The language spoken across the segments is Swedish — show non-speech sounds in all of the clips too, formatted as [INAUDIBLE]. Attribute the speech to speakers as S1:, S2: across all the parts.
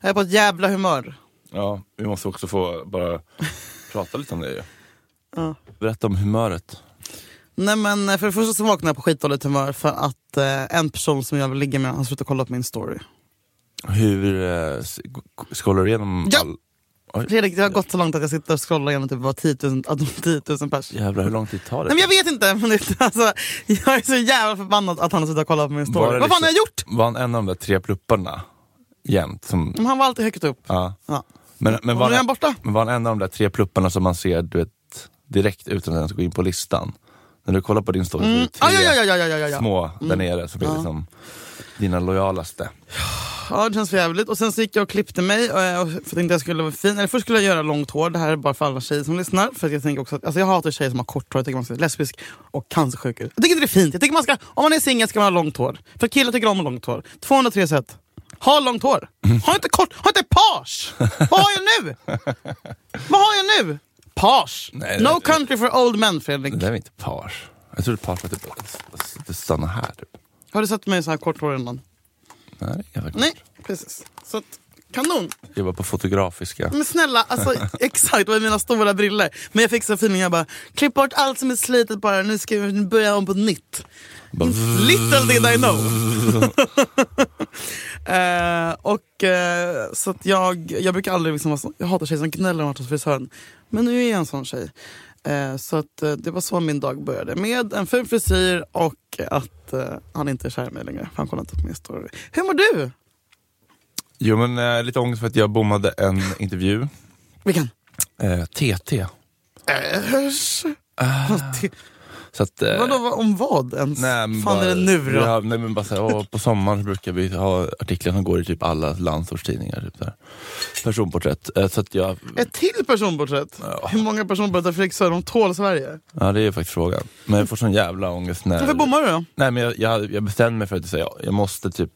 S1: Jag är på ett jävla humör.
S2: Ja, vi måste också få bara [LAUGHS] prata lite om det ju.
S1: Ja.
S2: Berätta om humöret.
S1: Nej men eh, för det första så vaknade jag på skitdåligt humör för att eh, en person som jag vill ligga med har slutat kolla på min story.
S2: Hur eh, s- g- g- scrollar du igenom
S1: Ja.
S2: all... Oj,
S1: Fredrik, det har gått så långt att jag sitter och scrollar igenom typ bara 10 000, att de 10 000 pers.
S2: Jävlar hur lång tid tar det?
S1: Nej men jag vet inte, [LAUGHS] men det, alltså, jag är så jävla förbannad att han har slutat kolla på min story.
S2: Bara
S1: Vad fan
S2: liksom-
S1: har jag gjort?
S2: Var han en av de där tre plupparna? Jämt? Som,
S1: Men Han var alltid högt upp.
S2: ja.
S1: Ja.
S2: Men, men
S1: Och nu
S2: var, Alltså,
S1: är
S2: han,
S1: han borta.
S2: men var han en av de där tre plupparna som man ser du vet, direkt utan att ens gå in på listan? När du kollar på din story så är det tre
S1: Ah, ja, ja, ja, ja, ja, ja, ja.
S2: små där nere som är liksom dina lojalaste.
S1: Ja, det känns för jävligt. Och sen så gick jag och klippte mig och jag tänkte att jag skulle vara fin. Eller först skulle jag göra långt hår, det här är bara för alla tjejer som lyssnar. För att jag tänker också att, alltså jag hatar tjejer som har kort hår, jag tycker man ska vara lesbisk och cancersjuk ut. Jag tycker inte det är fint. Jag tycker man ska, om man är singel ska man ha långt hår. För killar tycker om långt hår. 203 sätt. Ha långt hår. Ha inte kort, ha inte page! Vad har jag nu? Vad har jag nu? Page.
S2: Nej,
S1: no
S2: det-
S1: country for old men Fredrik.
S2: Det där är inte pars. Jag trodde pars var typ att s- s- stanna här. Typ.
S1: Har du sett mig i så här kort hår innan?
S2: Nej, det är ganska kort.
S1: Nej, precis. Så att, kanon.
S2: Jobbar på Fotografiska.
S1: Men snälla, alltså, exakt, och mina stora briller. Men jag fick så feeling, jag bara klipp bort allt som är slitet bara, nu ska vi börja om på nytt.
S2: Bara,
S1: Little did I know. [LAUGHS] Eh, och eh, så att jag, jag brukar aldrig liksom vara så, jag hatar tjejer som gnäller om att hos frisören. Men nu är jag en sån tjej. Eh, så att eh, det var så min dag började. Med en ful frisyr och att eh, han inte är kär i mig längre. för Han kollar inte på min story. Hur mår du?
S2: Jo men eh, lite ångest för att jag bommade en intervju.
S1: Vilken?
S2: Eh, TT.
S1: Äsch.
S2: Så att, eh,
S1: Vadå, vad- om vad ens?
S2: Nej, men
S1: fan
S2: bara,
S1: är det nu då?
S2: Ja, nej, men bara så här, åh, på sommaren så brukar vi ha artiklar som går i typ alla landsortstidningar. Typ där. Personporträtt. Eh, Så att jag,
S1: Ett till personporträtt?
S2: Ja.
S1: Hur många personporträtt har Fredrik Söderholm tål Sverige?
S2: ja, det är ju faktiskt frågan. Men jag får sån jävla ångest när...
S1: Varför bommar du då?
S2: Nej, men jag, jag, jag bestämde mig för att säga, ja, jag måste typ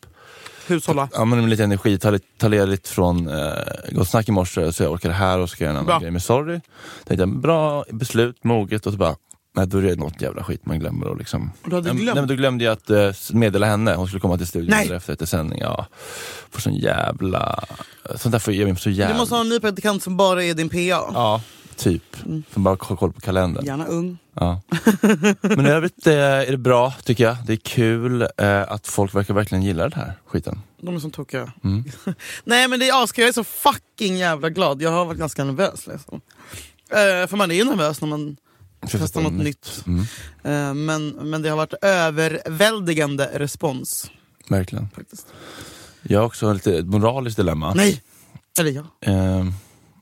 S1: Hushålla.
S2: använda lite energi, ta, lite- ta led lite från eh, Gott Snack i morse så jag orkar det här och så ska jag göra en annan
S1: Bra.
S2: grej med Sorry. Tänkte jag, bra beslut, moget och så bara, nej då är det något jävla skit man glömmer och liksom.
S1: Och du hade
S2: Nej, men-
S1: glömt?
S2: Nej, men då glömde jag att eh, meddela henne, hon skulle komma till studion
S1: Nej.
S2: där efter efter sändning. Ja, för sån jävla, sånt där får ge mig så jävla...
S1: Du måste ha en ny praktikant som bara är din PA.
S2: Ja, typ.
S1: Mm.
S2: Som bara har koll på kalendern.
S1: Gärna ung.
S2: Ja. Men i övrigt eh, är det bra tycker jag. Det är kul eh, att folk verkar verkligen gilla den här skiten. Mm.
S1: De är som tokiga. Nej men det är askul, jag är så fucking jävla glad. Jag har varit ganska nervös liksom. Eh, för man är ju nervös när man testar något nytt.
S2: Mm,
S1: Eh, men, men det har varit överväldigande respons.
S2: verkligen.
S1: faktiskt.
S2: Jag har också lite ett moraliskt dilemma.
S1: Nej! Eller ja.
S2: Ehm,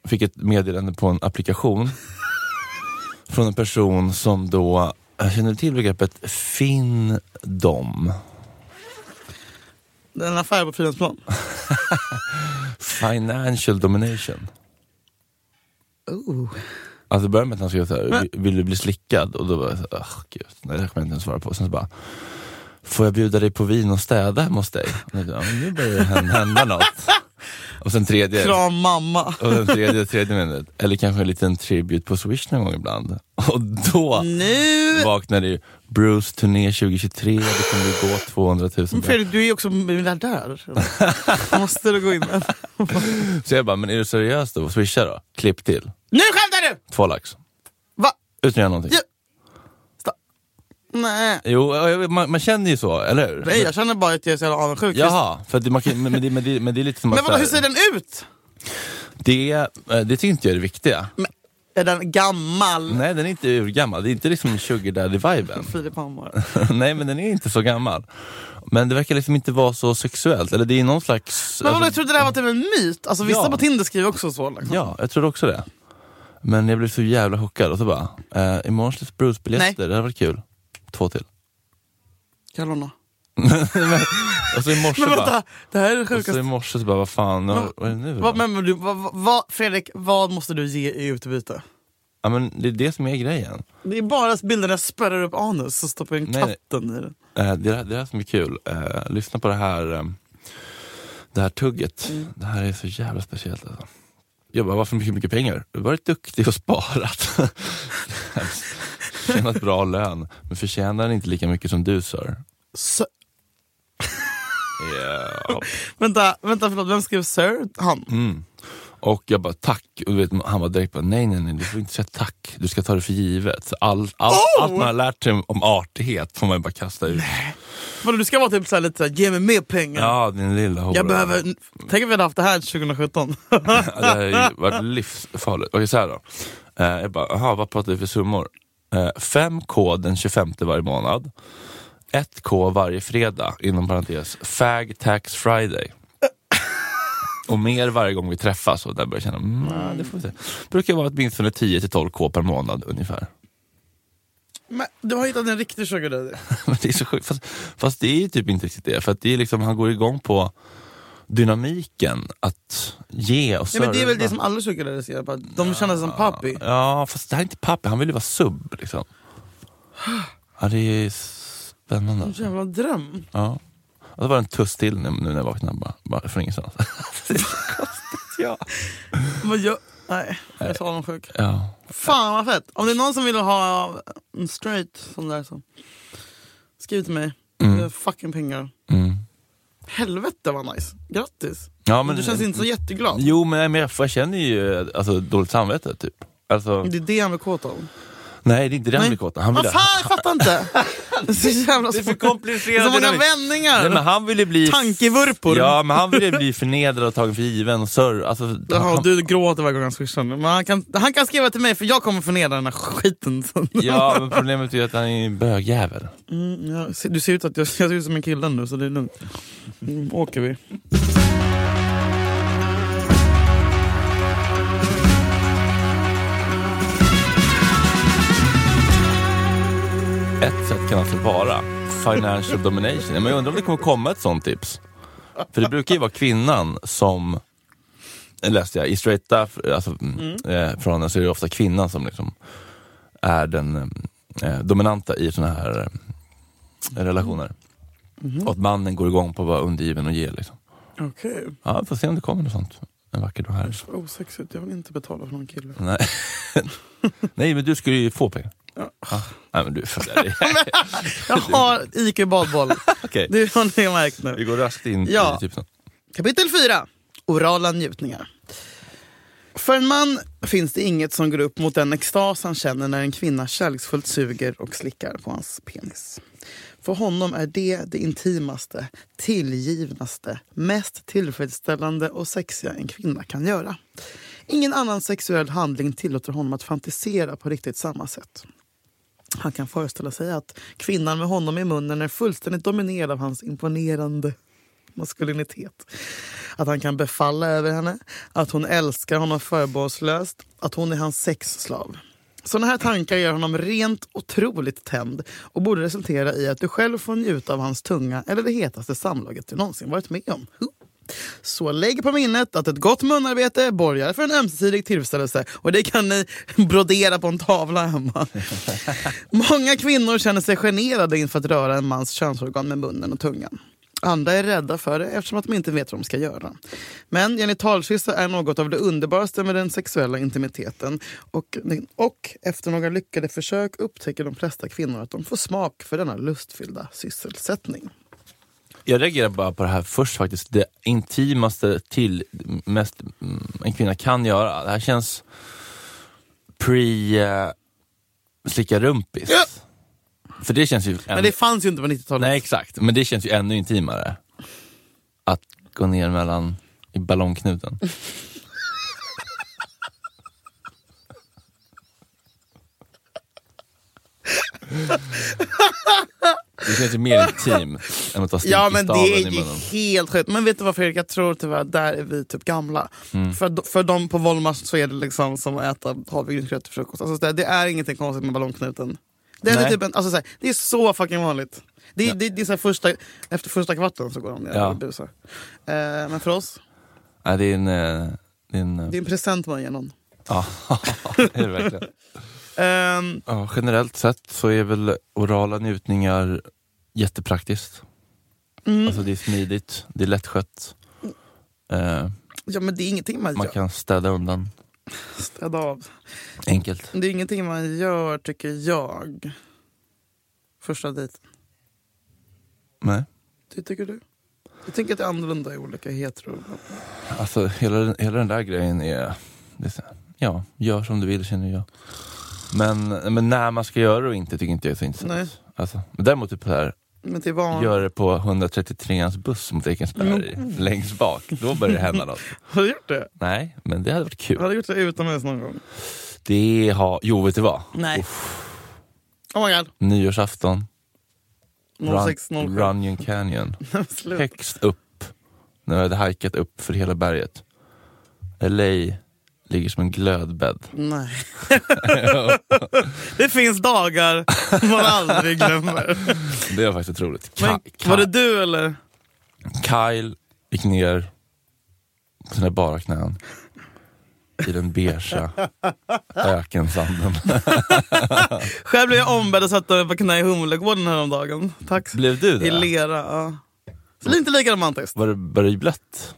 S2: fick ett meddelande på en
S1: [LAUGHS]
S2: applikation från en person som då, jag känner till begreppet findom?
S1: Det är en affär på
S2: [LAUGHS]
S1: Fridhemsplan.
S2: Financial domination.
S1: Oh.
S2: Alltså det började med att han skrev såhär,
S1: Men-
S2: "Vill- vill du bli slickad? Och då var jag såhär, "Åh, gud, nej det här kommer jag inte ens svara på. Sen så bara, får jag bjuda dig på vin och städa hemma hos dig? Och jag bara, "Ja, men Nu börjar det hända
S1: [LAUGHS]
S2: hända något. Och sen tredje,
S1: Kram mamma.
S2: Och den tredje, tredje minuten, eller kanske en liten tribute på Swish någon gång ibland. Och då
S1: Nu!
S2: vaknade ju Bruce turné 2023, det kommer ju gå 200 000
S1: Men Fredrik, du är ju också
S2: [LAUGHS]
S1: miljardär. Måste du gå in där?
S2: Så jag bara, men är du seriös då? Swisha då? Klipp till.
S1: Nu skämtar du!
S2: Två lax.
S1: Va?
S2: Utan att göra någonting.
S1: Ja. Nej.
S2: Jo, ja, jag vet, man, man känner ju så, eller hur?
S1: Nej, jag känner bara att jag är så jävla avundsjuk.
S2: Jaha, för att det, man kan, men, men, det, men, det, men det är lite som
S1: Men
S2: att... så
S1: vadå,
S2: här,
S1: hur ser den ut?
S2: det, eh, det tycker inte jag är det viktiga.
S1: Men, är den gammal?
S2: Nej, den är inte urgammal. Det är inte liksom sugar daddy-viben.
S1: Filip Hammar.
S2: [LAUGHS] Nej, men den är inte så gammal. Men det verkar liksom inte vara så sexuellt. Eller det är någon slags...
S1: Men vadå, jag
S2: alltså,
S1: trodde det här var typ en myt. Alltså vissa
S2: Ja.
S1: på Tinder skriver också så. Liksom.
S2: ja, jag trodde också det. Men jag blev så jävla chockad och så bara, eh, imorgon släpps Bruce-biljetter, det hade varit kul. Två till.
S1: Kalorna. [LAUGHS]
S2: Och så i morse
S1: Men
S2: bara,
S1: vänta, det här är det
S2: och så
S1: sjukaste.
S2: i morse så bara, vad fan, nu, vad är det nu? då?
S1: Vad, men, men du, vad, vad- vad, Fredrik, vad måste du ge i utbyte?
S2: ja, men det är det som är grejen.
S1: Det är bara bilder där jag spärrar upp anus så stoppar jag in
S2: Nej, nej.
S1: katten i den.
S2: Eh, det, är det här som är kul. Eh, lyssna på det här, eh, det här tugget.
S1: Mm.
S2: Det här är så jävla speciellt. Alltså. Jag bara, varför mycket, mycket pengar? Du har varit duktig och sparat. [LAUGHS] Tjänat bra lön, men förtjänar inte lika mycket som du sir.
S1: Så...
S2: Ja.
S1: Vänta, vänta förlåt, vem skrev Sir? Han?
S2: Mm. Och jag bara tack, och du vet, han var direkt bara nej nej nej du får inte säga tack, du ska ta det för givet. Så all, all,
S1: Oh!
S2: Allt man har lärt sig om artighet får man ju bara kasta ut.
S1: För du ska vara typ såhär, lite såhär, ge mig mer pengar.
S2: Ja din lilla hora.
S1: Jag behöver... Tänk om vi hade haft det här 2017.
S2: [LAUGHS] Ja, Det här har ju varit livsfarligt. Okej såhär då. Eh, jag bara, aha, vad pratar vi för summor? Eh, 5K den 25 varje månad. 1K varje fredag, inom parentes, fag tax friday. Och mer varje gång vi träffas och där börjar jag känna, mm, ja, det får vi se. Brukar vara åtminstone 10 till 12 K per månad ungefär.
S1: Men du har hittat en riktig sugar daddy.
S2: [LAUGHS] Men det är så sjukt. Fast, fast det är ju typ inte riktigt det. För att det är liksom, han går igång på dynamiken att ge och
S1: Nej, men det är väl
S2: serva.
S1: det som alla sugar daddies gör, bara, de känner sig som papi.
S2: Ja, fast det här är inte pappi. Han vill ju vara sub.
S1: [GASPS]
S2: Liksom. Ja, det är spännande.
S1: En
S2: alltså.
S1: jävla dröm.
S2: Ja. Och det var en tuss till nu, nu när jag vaknade, bara, bara
S1: [LAUGHS]
S2: från ingenstans. det är så konstigt. Ja.
S1: Vad gör... Nej, jag är så avundsjuk.
S2: Ja.
S1: Fan vad fett! Om det är någon som vill ha en straight sån där så skriv till mig. Jag har
S2: Mm.
S1: fucking pengar.
S2: Mm.
S1: Helvete vad nice! Grattis!
S2: ja
S1: men, du känns inte så jätteglad.
S2: Jo, men jag, men jag- jag känner ju eh, alltså, dåligt samvete, typ. Alltså,
S1: Det är det han blir kåt av.
S2: nej, det är inte det han
S1: Mm. Nej.
S2: blir kåt av. Han vill
S1: Vad
S2: ha-
S1: fan, jag fattar inte!
S2: [LAUGHS]
S1: Det är så jävla
S2: Det är för
S1: svårt.
S2: komplicerat.
S1: Så många
S2: dynamik. Nej, men
S1: vändningar!
S2: han vill ju bli...
S1: Tankevurpor!
S2: Ja, men han vill ju bli förnedrad och tagen för given och sörr. Alltså,
S1: Jaha,
S2: han-
S1: du gråter varje gång han swishar. Men han kan, han kan skriva till mig för jag kommer förnedra den här skiten sen.
S2: Ja, men problemet är ju att han är en bögjävel.
S1: Mm, jag, ser- du ser ut att jag, jag ser ut som en kille nu så det är lugnt. Mm, åker vi.
S2: Ett sätt kan alltså vara financial domination. Men jag undrar om det kommer komma ett sånt tips? För det brukar ju vara kvinnan som, eh, läste jag, i straighta, alltså, mm. eh, förhållanden så är det ofta kvinnan som liksom är den eh, dominanta i såna här eh, relationer. Och att mannen går igång på att vara undergiven och ge. Liksom.
S1: Okej.
S2: Ja, vi får se om det kommer något sånt en vacker dag här.
S1: Vad osexigt, jag vill inte betala för någon kille.
S2: Nej. [LAUGHS] Nej, men du skulle ju få pengar.
S1: Ja.
S2: Ja. Nej, men du är för
S1: [LAUGHS] Jag har IQ badboll.
S2: Okej,
S1: Det har ni märkt nu.
S2: vi går raskt in
S1: Ja.
S2: i typ tipsen.
S1: Kapitel 4. Orala njutningar. För en man finns det inget som går upp mot den extas han känner när en kvinna kärleksfullt suger och slickar på hans penis. För honom är det det intimaste, tillgivnaste, mest tillfredsställande och sexiga en kvinna kan göra. Ingen annan sexuell handling tillåter honom att fantisera på riktigt samma sätt. Han kan föreställa sig att kvinnan med honom i munnen är fullständigt dominerad av hans imponerande maskulinitet. Att han kan befalla över henne, att hon älskar honom förbehållslöst, att hon är hans sexslav. Sådana här tankar gör honom rent otroligt tänd och borde resultera i att du själv får njuta av hans tunga eller det hetaste samlaget du någonsin varit med om. Huh. Så lägg på minnet att ett gott munarbete borgar för en ömsesidig tillfredsställelse och det kan ni brodera på en tavla hemma. Många kvinnor känner sig generade inför att röra en mans könsorgan med munnen och tungan. Andra är rädda för det eftersom att de inte vet vad de ska göra. Men genitalkyssar är något av det underbaraste med den sexuella intimiteten. Och, och efter några lyckade försök upptäcker de flesta kvinnor att de får smak för denna lustfyllda sysselsättning.
S2: Jag reagerar bara på det här först faktiskt. Det intimaste till mest mm, en kvinna kan göra. Det här känns pre eh, slicka rumpis.
S1: Ja.
S2: För det känns ju... Än...
S1: Men det fanns ju inte på 90-talet.
S2: Nej exakt, men det känns ju ännu intimare. Att gå ner mellan i ballongknuten. Det känns ju mer intimt än att ta stink
S1: Ja
S2: i
S1: men det
S2: staven
S1: är
S2: i
S1: ju
S2: munnen.
S1: helt sjukt. Men vet du vad Fredrik, jag tror tyvärr där är vi typ gamla.
S2: Mm.
S1: För, för dem på Volmars så är det liksom som att äta havregrynsgröt till frukost. Alltså, det, det är ingenting konstigt med ballongknuten. Det är,
S2: Nej.
S1: typ en, alltså, så här, det är så fucking vanligt. Det, är- det, det är så här första, efter första kvarten så går de ner
S2: Ja.
S1: och busar. Eh, men för oss,
S2: Nej, det är en... eh, Det är en eh,
S1: det är en present man ger någon.
S2: ja, det är det verkligen.
S1: Ehm,
S2: Ja, generellt sett så är väl orala njutningar jättepraktiskt.
S1: Mm.
S2: Alltså det är smidigt, det är lättskött. Eh,
S1: ja men det är ingenting man,
S2: man
S1: gör.
S2: kan städa undan
S1: Städa av.
S2: enkelt.
S1: Det är ingenting man gör tycker jag. Första dejten.
S2: Nej.
S1: Det tycker du? Jag tänker att det är annorlunda i olika hetero...
S2: Alltså hela, den- hela den där grejen är, det är så här, ja, gör som du vill känner jag. Men, men när man ska göra det och inte tycker inte jag är så intressant.
S1: Nej.
S2: Alltså, men däremot typ så här,
S1: Men till barn.
S2: gör det på 133ans buss mot [LAUGHS] Ekensberg, längst bak. Då börjar det hända något.
S1: Har du gjort det?
S2: Nej, men det hade varit
S1: Har
S2: kul.
S1: du gjort det utomhus någon gång?
S2: Det har, jo vet du vad?
S1: Nej. Oh my god.
S2: Nyårsafton, Run,
S1: 0607.
S2: Runyon Canyon.
S1: [LAUGHS] Slut.
S2: Högst upp, när vi hade hajkat upp för hela berget. LA ligger som en glödbädd.
S1: [LAUGHS] Nej. det finns dagar man aldrig
S2: [LAUGHS]
S1: glömmer.
S2: Det var faktiskt otroligt. Ka-
S1: Men,
S2: Ka-
S1: var det du eller?
S2: Kyle gick ner på sina bara knän i den [LAUGHS] beiga ökensanden.
S1: Själv blev jag ombedd att sätta mig på knä i Humlegården häromdagen. Tack.
S2: Blev du
S1: I
S2: det?
S1: lera. Ja. Så det är inte lika romantiskt.
S2: Var det, var det blött?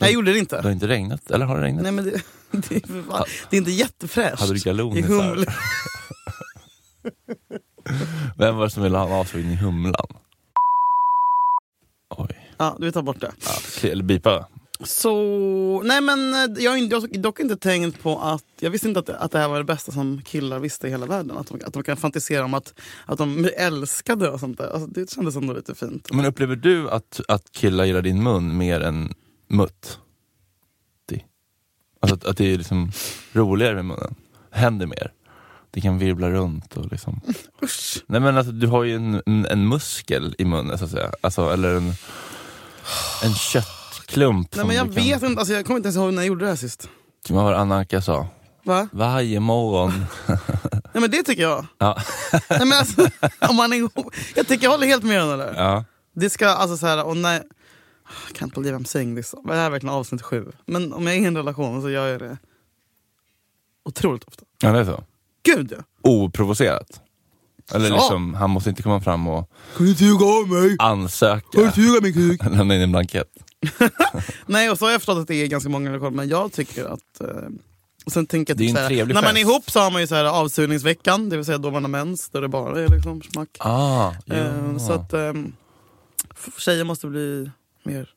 S1: Nej, jag gjorde det
S2: Det har
S1: inte.
S2: inte regnat? Eller har det regnat?
S1: Nej, men det, [LAUGHS] det, är, för fan- det är inte jättefräscht.
S2: Hade du
S1: I
S2: galonisar?
S1: Humle-
S2: [LAUGHS] Vem var det som ville ha en avsugning i humlan? Oj.
S1: Ja, du tar bort det.
S2: Ja, okej, eller bipa.
S1: Så, nej men eh, jag har inte- jag har dock inte tänkt på att, jag visste inte att, det- att det här var det bästa som killar visste i hela världen. Att de, att de kan fantisera om att, att de blir älskade och sånt där. Alltså, det kändes ändå lite fint.
S2: Men upplever du att, att killar gillar din mun mer än mutt? Det. Alltså att, att det är liksom roligare med munnen? Händer mer? Det kan virvla runt och liksom...
S1: [LAUGHS] Usch!
S2: Nej men alltså du har ju en, en, en muskel i munnen så att säga. Alltså, eller en, en köttklump.
S1: Nej
S2: som
S1: men jag
S2: du kan-
S1: vet inte, alltså, jag kommer inte ens ihåg när jag gjorde det här sist.
S2: Vad var det Anna-Anka sa?
S1: Va? [LAUGHS]
S2: Varje morgon.
S1: Nej men det tycker jag.
S2: ja.
S1: Nej, men alltså, [LAUGHS] om man är ihop. Jag tycker jag håller helt med henne där.
S2: ja.
S1: Det ska alltså så här, och nej. I can't believe I'm saying this. Det här är verkligen avsnitt sju. Men om jag är i en relation så gör jag det otroligt ofta.
S2: Ja det är så.
S1: Gud ja!
S2: Oprovocerat. Eller
S1: Ja.
S2: liksom, han måste inte komma fram och
S1: Kan du tuga av mig?
S2: ansöka.
S1: tuga min kuk?
S2: Lämna in en blankett.
S1: Nej, och så har jag förstått att det är ganska många relationer, men jag tycker att... Eh, och sen tänker jag
S2: Det är
S1: typ
S2: en
S1: såhär,
S2: trevlig
S1: när man är
S2: fest.
S1: ihop så har man ju så här avsugningsveckan, det vill säga då man har mens, där det bara är liksom smack.
S2: Ah, ja.
S1: Eh, så att ehm, f- tjejer måste bli mer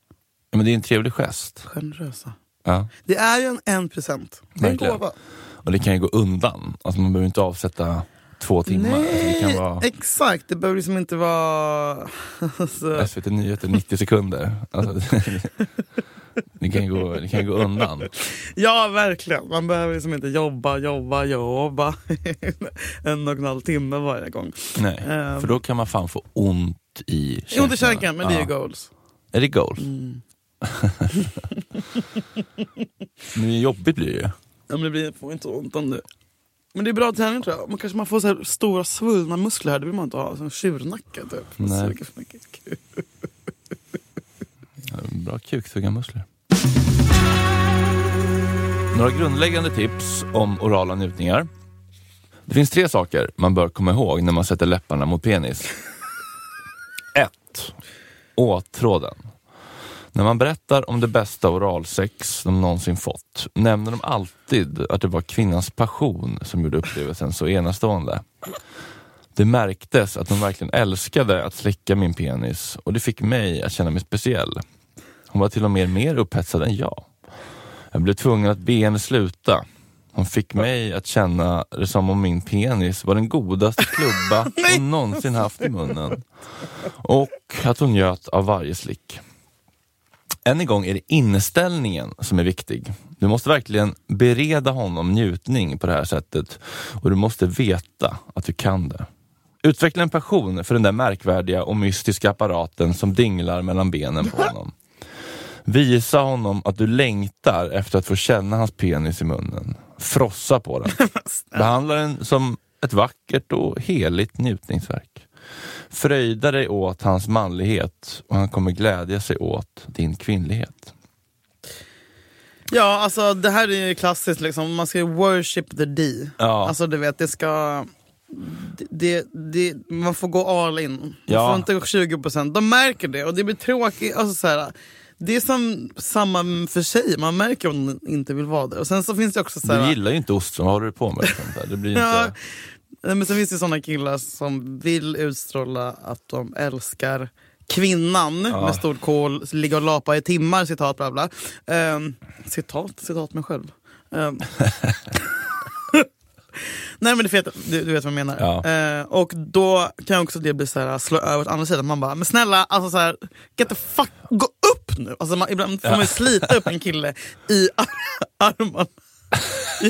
S2: Ja, Men det är en trevlig gest.
S1: generösa.
S2: Ja.
S1: Det är ju en, en present. Det är en
S2: Verkligen.
S1: gåva.
S2: Och det kan ju gå undan. Alltså man behöver inte avsätta två timmar. Alltså, det kan vara
S1: Exakt, det behöver liksom inte vara... [LAUGHS] alltså,
S2: SVT Nyheter 90 sekunder. Alltså, det, kan ju gå, det kan ju gå undan.
S1: ja, verkligen. Man behöver liksom inte jobba, jobba, jobba [LAUGHS] en och en halv timme varje gång.
S2: Nej.
S1: Ehm.
S2: För då kan man fan få ont i käken.
S1: Ont i käken, men det är ju goals.
S2: Är det goals? men det är jobbigt blir det ju.
S1: Ja, men det blir, får inte ont om det. Men det är bra träning tror jag. Man kanske man får så här stora svullna muskler här, det vill man inte ha. Som tjurnacke typ. Man
S2: Nej.
S1: suger för mycket kuk.
S2: Bra kuksugarmuskler. Några grundläggande tips om orala njutningar. Det finns tre saker man bör komma ihåg när man sätter läpparna mot penis. 1. Åtråden. När man berättar om det bästa oralsex de någonsin fått nämner de alltid att det var kvinnans passion som gjorde upplevelsen så enastående. Det märktes att hon verkligen älskade att slicka min penis och det fick mig att känna mig speciell. Hon var till och med mer upphetsad än jag. Jag blev tvungen att be henne sluta. Hon fick mig att känna det som om min penis var den godaste klubba hon någonsin haft i munnen. Och att hon njöt av varje slick. Än en gång är det inställningen som är viktig. Du måste verkligen bereda honom njutning på det här sättet och du måste veta att du kan det. Utveckla en passion för den där märkvärdiga och mystiska apparaten som dinglar mellan benen på honom. Visa honom att du längtar efter att få känna hans penis i munnen. Frossa
S1: [LAUGHS]
S2: på den. Behandla den som ett vackert och heligt njutningsverk. Fröjda dig åt hans manlighet och han kommer glädja sig åt din kvinnlighet.
S1: Ja, alltså det här är ju klassiskt liksom. Man ska ju worship the D.
S2: Ja.
S1: Alltså du vet, det ska... Det, det, man får gå all in. Man
S2: Ja.
S1: får inte gå 20%. De märker det och det blir tråkigt. Alltså, så här, det är som samma för sig. Man märker om den inte vill vara där. Och sen så finns det också så här,
S2: Du gillar ju inte ostron, vad håller
S1: [LAUGHS]
S2: du på med? liksom? Det blir
S1: Ja.
S2: inte...
S1: Nej, men sen finns det såna killar som vill utstråla att de älskar kvinnan med stort K ligga och lapa i timmar, citat bla bla. Ehm, citat, citat mig själv. Ehm. [LAUGHS] Nej men du vet, du, du vet vad jag menar.
S2: Ja.
S1: Ehm, och då kan också det bli så här, slå över åt andra sidan. Man bara, men snälla, alltså så här, get the fuck, gå upp nu! Alltså man, ibland får man ju slita upp en kille i ar- armarna. [LAUGHS] I,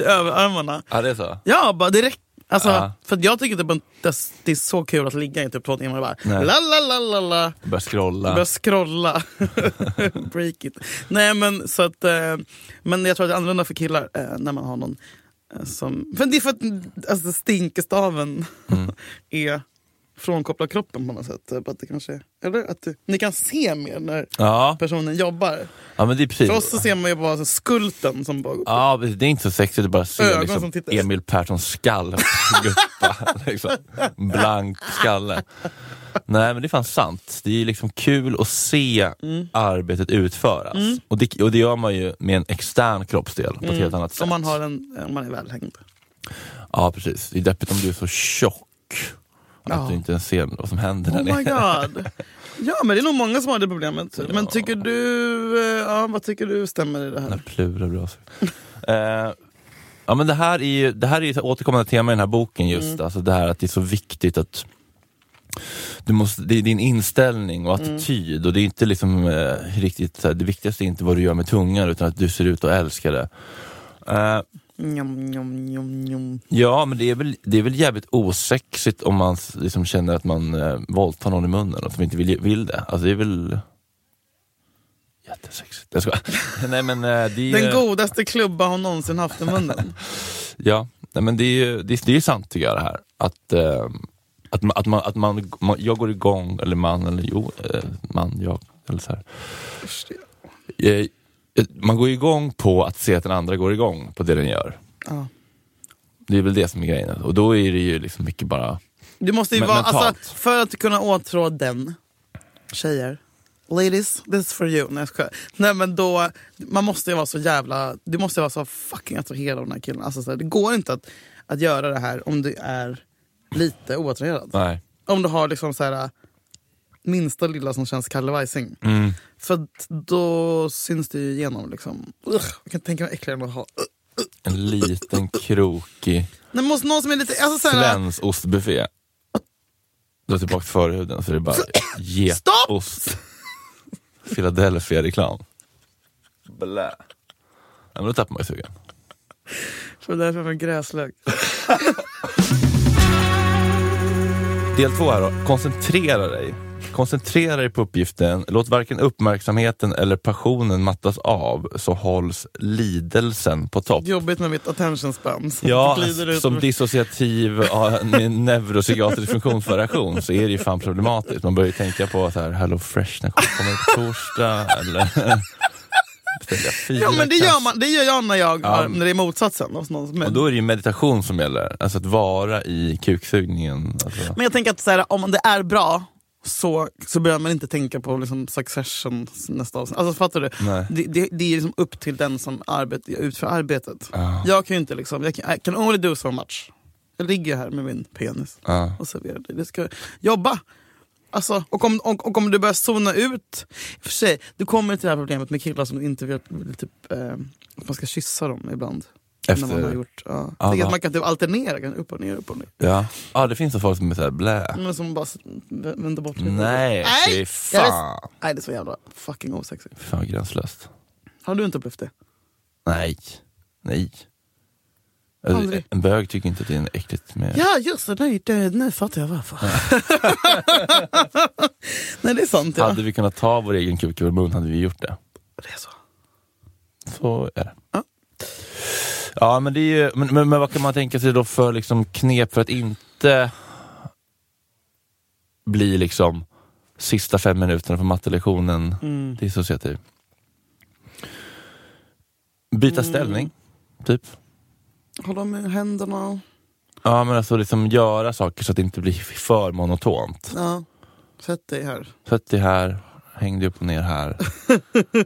S1: I överarmarna.
S2: Ja, det är så?
S1: Ja, bara det räcker. Alltså,
S2: Ja.
S1: För att jag tycker typ inte det är så kul att ligga i typ två timmar och bara
S2: Nej.
S1: la la la la la.
S2: Börjar scrolla.
S1: Börja scrolla.
S2: [LAUGHS]
S1: Break it. Nej men så att, eh, men jag tror att det är annorlunda för killar eh, när man har någon eh, som... För det är för att alltså, stinkestaven
S2: Mm.
S1: [LAUGHS] är frånkopplad kroppen på något sätt. Typ, att det kanske, eller att du, ni kan se mer när
S2: Ja.
S1: personen jobbar.
S2: ja, men det är
S1: För oss
S2: precis.
S1: så ser man ju bara alltså, skulten som bara går upp.
S2: Ja, precis. det är inte så sexigt att bara se
S1: Ögon
S2: liksom,
S1: som tittar.
S2: Emil Perssons skall [LAUGHS] guppa. liksom. Blank skalle. Nej, men det är fan sant. Det är ju liksom kul att se
S1: Mm.
S2: arbetet utföras. Och, det, och det gör man ju med en extern kroppsdel på ett helt annat sätt.
S1: Mm. Om man, har en, om man är välhängd.
S2: Ja, precis. Det är deppigt om du är så tjock att
S1: Ja.
S2: du inte ens ser vad som händer där
S1: Oh my god. Ja men det är nog många som har det problemet. Men tycker du, eh, ja, vad tycker du stämmer i det här?
S2: När Plura blir avsugd. [LAUGHS] Eh, Ja, men det här är ju, det här är ju ett återkommande tema i den här boken just, alltså det här att det är så viktigt att du måste, det är din inställning och attityd och det är inte liksom eh, riktigt, så här, det viktigaste är inte vad du gör med tungan utan att du ser ut och älskar det. Eh,
S1: Njom, njom, njom, njom.
S2: ja, men det är, väl, det är väl jävligt osexigt om man s- liksom känner att man eh, våldtar någon i munnen och att man inte vill, vill det. Alltså det är väl jättesexigt. Jag skojar. [LAUGHS] Nej men eh, det är ju-
S1: Den godaste klubba har någonsin haft i
S2: [LAUGHS]
S1: munnen.
S2: Ja, nej, men det är ju det är, det är ju sant tycker jag det här. Att, eh, att, man- att, man, att man, man, jag går igång, eller man, eller jo, eh, man, jag, eller så här.
S1: Usch, det-
S2: Eh, eh, man går igång på att se att den andra går igång på det den gör.
S1: Ja.
S2: Det är väl det som är grejen. Och då är det ju liksom mycket bara,
S1: Du måste ju
S2: Men
S1: vara,
S2: mentalt.
S1: alltså, för att kunna åtrå den, tjejer, ladies, this is for you. Nej, jag skojar. Nej men då, man måste ju vara så jävla, du måste vara så fucking attraherad av den här killen. Alltså, så här, det går inte att, att göra det här om du är lite oattraherad.
S2: nej.
S1: Om du har liksom så här, minsta lilla som känns kallevajsing.
S2: Mm.
S1: För att då syns det ju igenom. Liksom. Ugh, jag kan tänka mig äckligare än att ha. Ugh.
S2: En liten krokig
S1: Nej, men måste någon som är lite... Alltså, så här,
S2: svensk ostbuffé. Dra tillbaka förhuden så det är bara getost. Philadelphia-reklam. Blä. Ja, men då tappar man ju sugen.
S1: så äh, det är därför jag har gräslök.
S2: Del två här då. Koncentrera dig. Koncentrera dig på uppgiften. Låt varken uppmärksamheten eller passionen mattas av så hålls lidelsen på topp.
S1: Jobbigt med mitt attention span. Så
S2: Ja,
S1: det glider ut.
S2: som dissociativ ja, [LAUGHS] med neuropsykiatrisk funktionsvariation så är det ju fan problematiskt. Man börjar ju tänka på så här, Hello Fresh, när kommer det på torsdag? Eller, [LAUGHS] beställa fyra
S1: ja, men det gör,
S2: kassar.
S1: man, det gör jag när, jag
S2: Ja.
S1: har, när det är motsatsen. Hos någon. som är-
S2: Och då är det ju meditation som gäller, alltså att vara i kuksugningen. Alltså.
S1: Men jag tänker att så här, om det är bra så, så behöver man inte tänka på liksom, succession nästa avsnitt. Alltså fattar du?
S2: Nej.
S1: Det, det, det är liksom upp till den som arbet, utför arbetet.
S2: Ja.
S1: Jag kan ju inte liksom, jag kan, I can only do so much. Jag ligger här med min penis
S2: Ja.
S1: och serverar dig. Det ska jobba. Alltså, och, om, och, och om du börjar zona ut, i och för sig, du kommer till det här problemet med killar som inte vill vill typ, eh, att man ska kyssa dem ibland.
S2: Efter-
S1: När man har gjort, ja.
S2: Ja,
S1: Tänk att
S2: va.
S1: man kan typ alternera, kan upp och ner, upp och ner.
S2: Ja, ah, det finns så folk som är såhär blä.
S1: Men som bara s- v- vänder bort huvudet.
S2: Nej,
S1: Mm. Nej,
S2: fy
S1: jag
S2: fan.
S1: Nej, det är så jävla fucking osexigt.
S2: Fan vad gränslöst.
S1: Har du inte upplevt det?
S2: Nej, nej. Alltså,
S1: Aldrig.
S2: en bög tycker inte att det är äckligt med...
S1: Ja, just det. Nej, det nu fattar jag varför. [LAUGHS] nej, det är sant. Ja.
S2: Hade vi kunnat ta vår egen kuk i vår mun hade vi gjort det.
S1: Det är så.
S2: Så är det.
S1: Ja.
S2: Ja, men, det är ju, men, men, men vad kan man tänka sig då för liksom knep för att inte bli liksom sista fem minuterna på mattelektionen dissociativ? Byta
S1: Mm.
S2: ställning, typ.
S1: Hålla med händerna.
S2: Ja, men alltså liksom göra saker så att det inte blir för monotont.
S1: Ja. Sätt dig här.
S2: Sätt dig här, häng dig upp och
S1: [LAUGHS]
S2: ner här.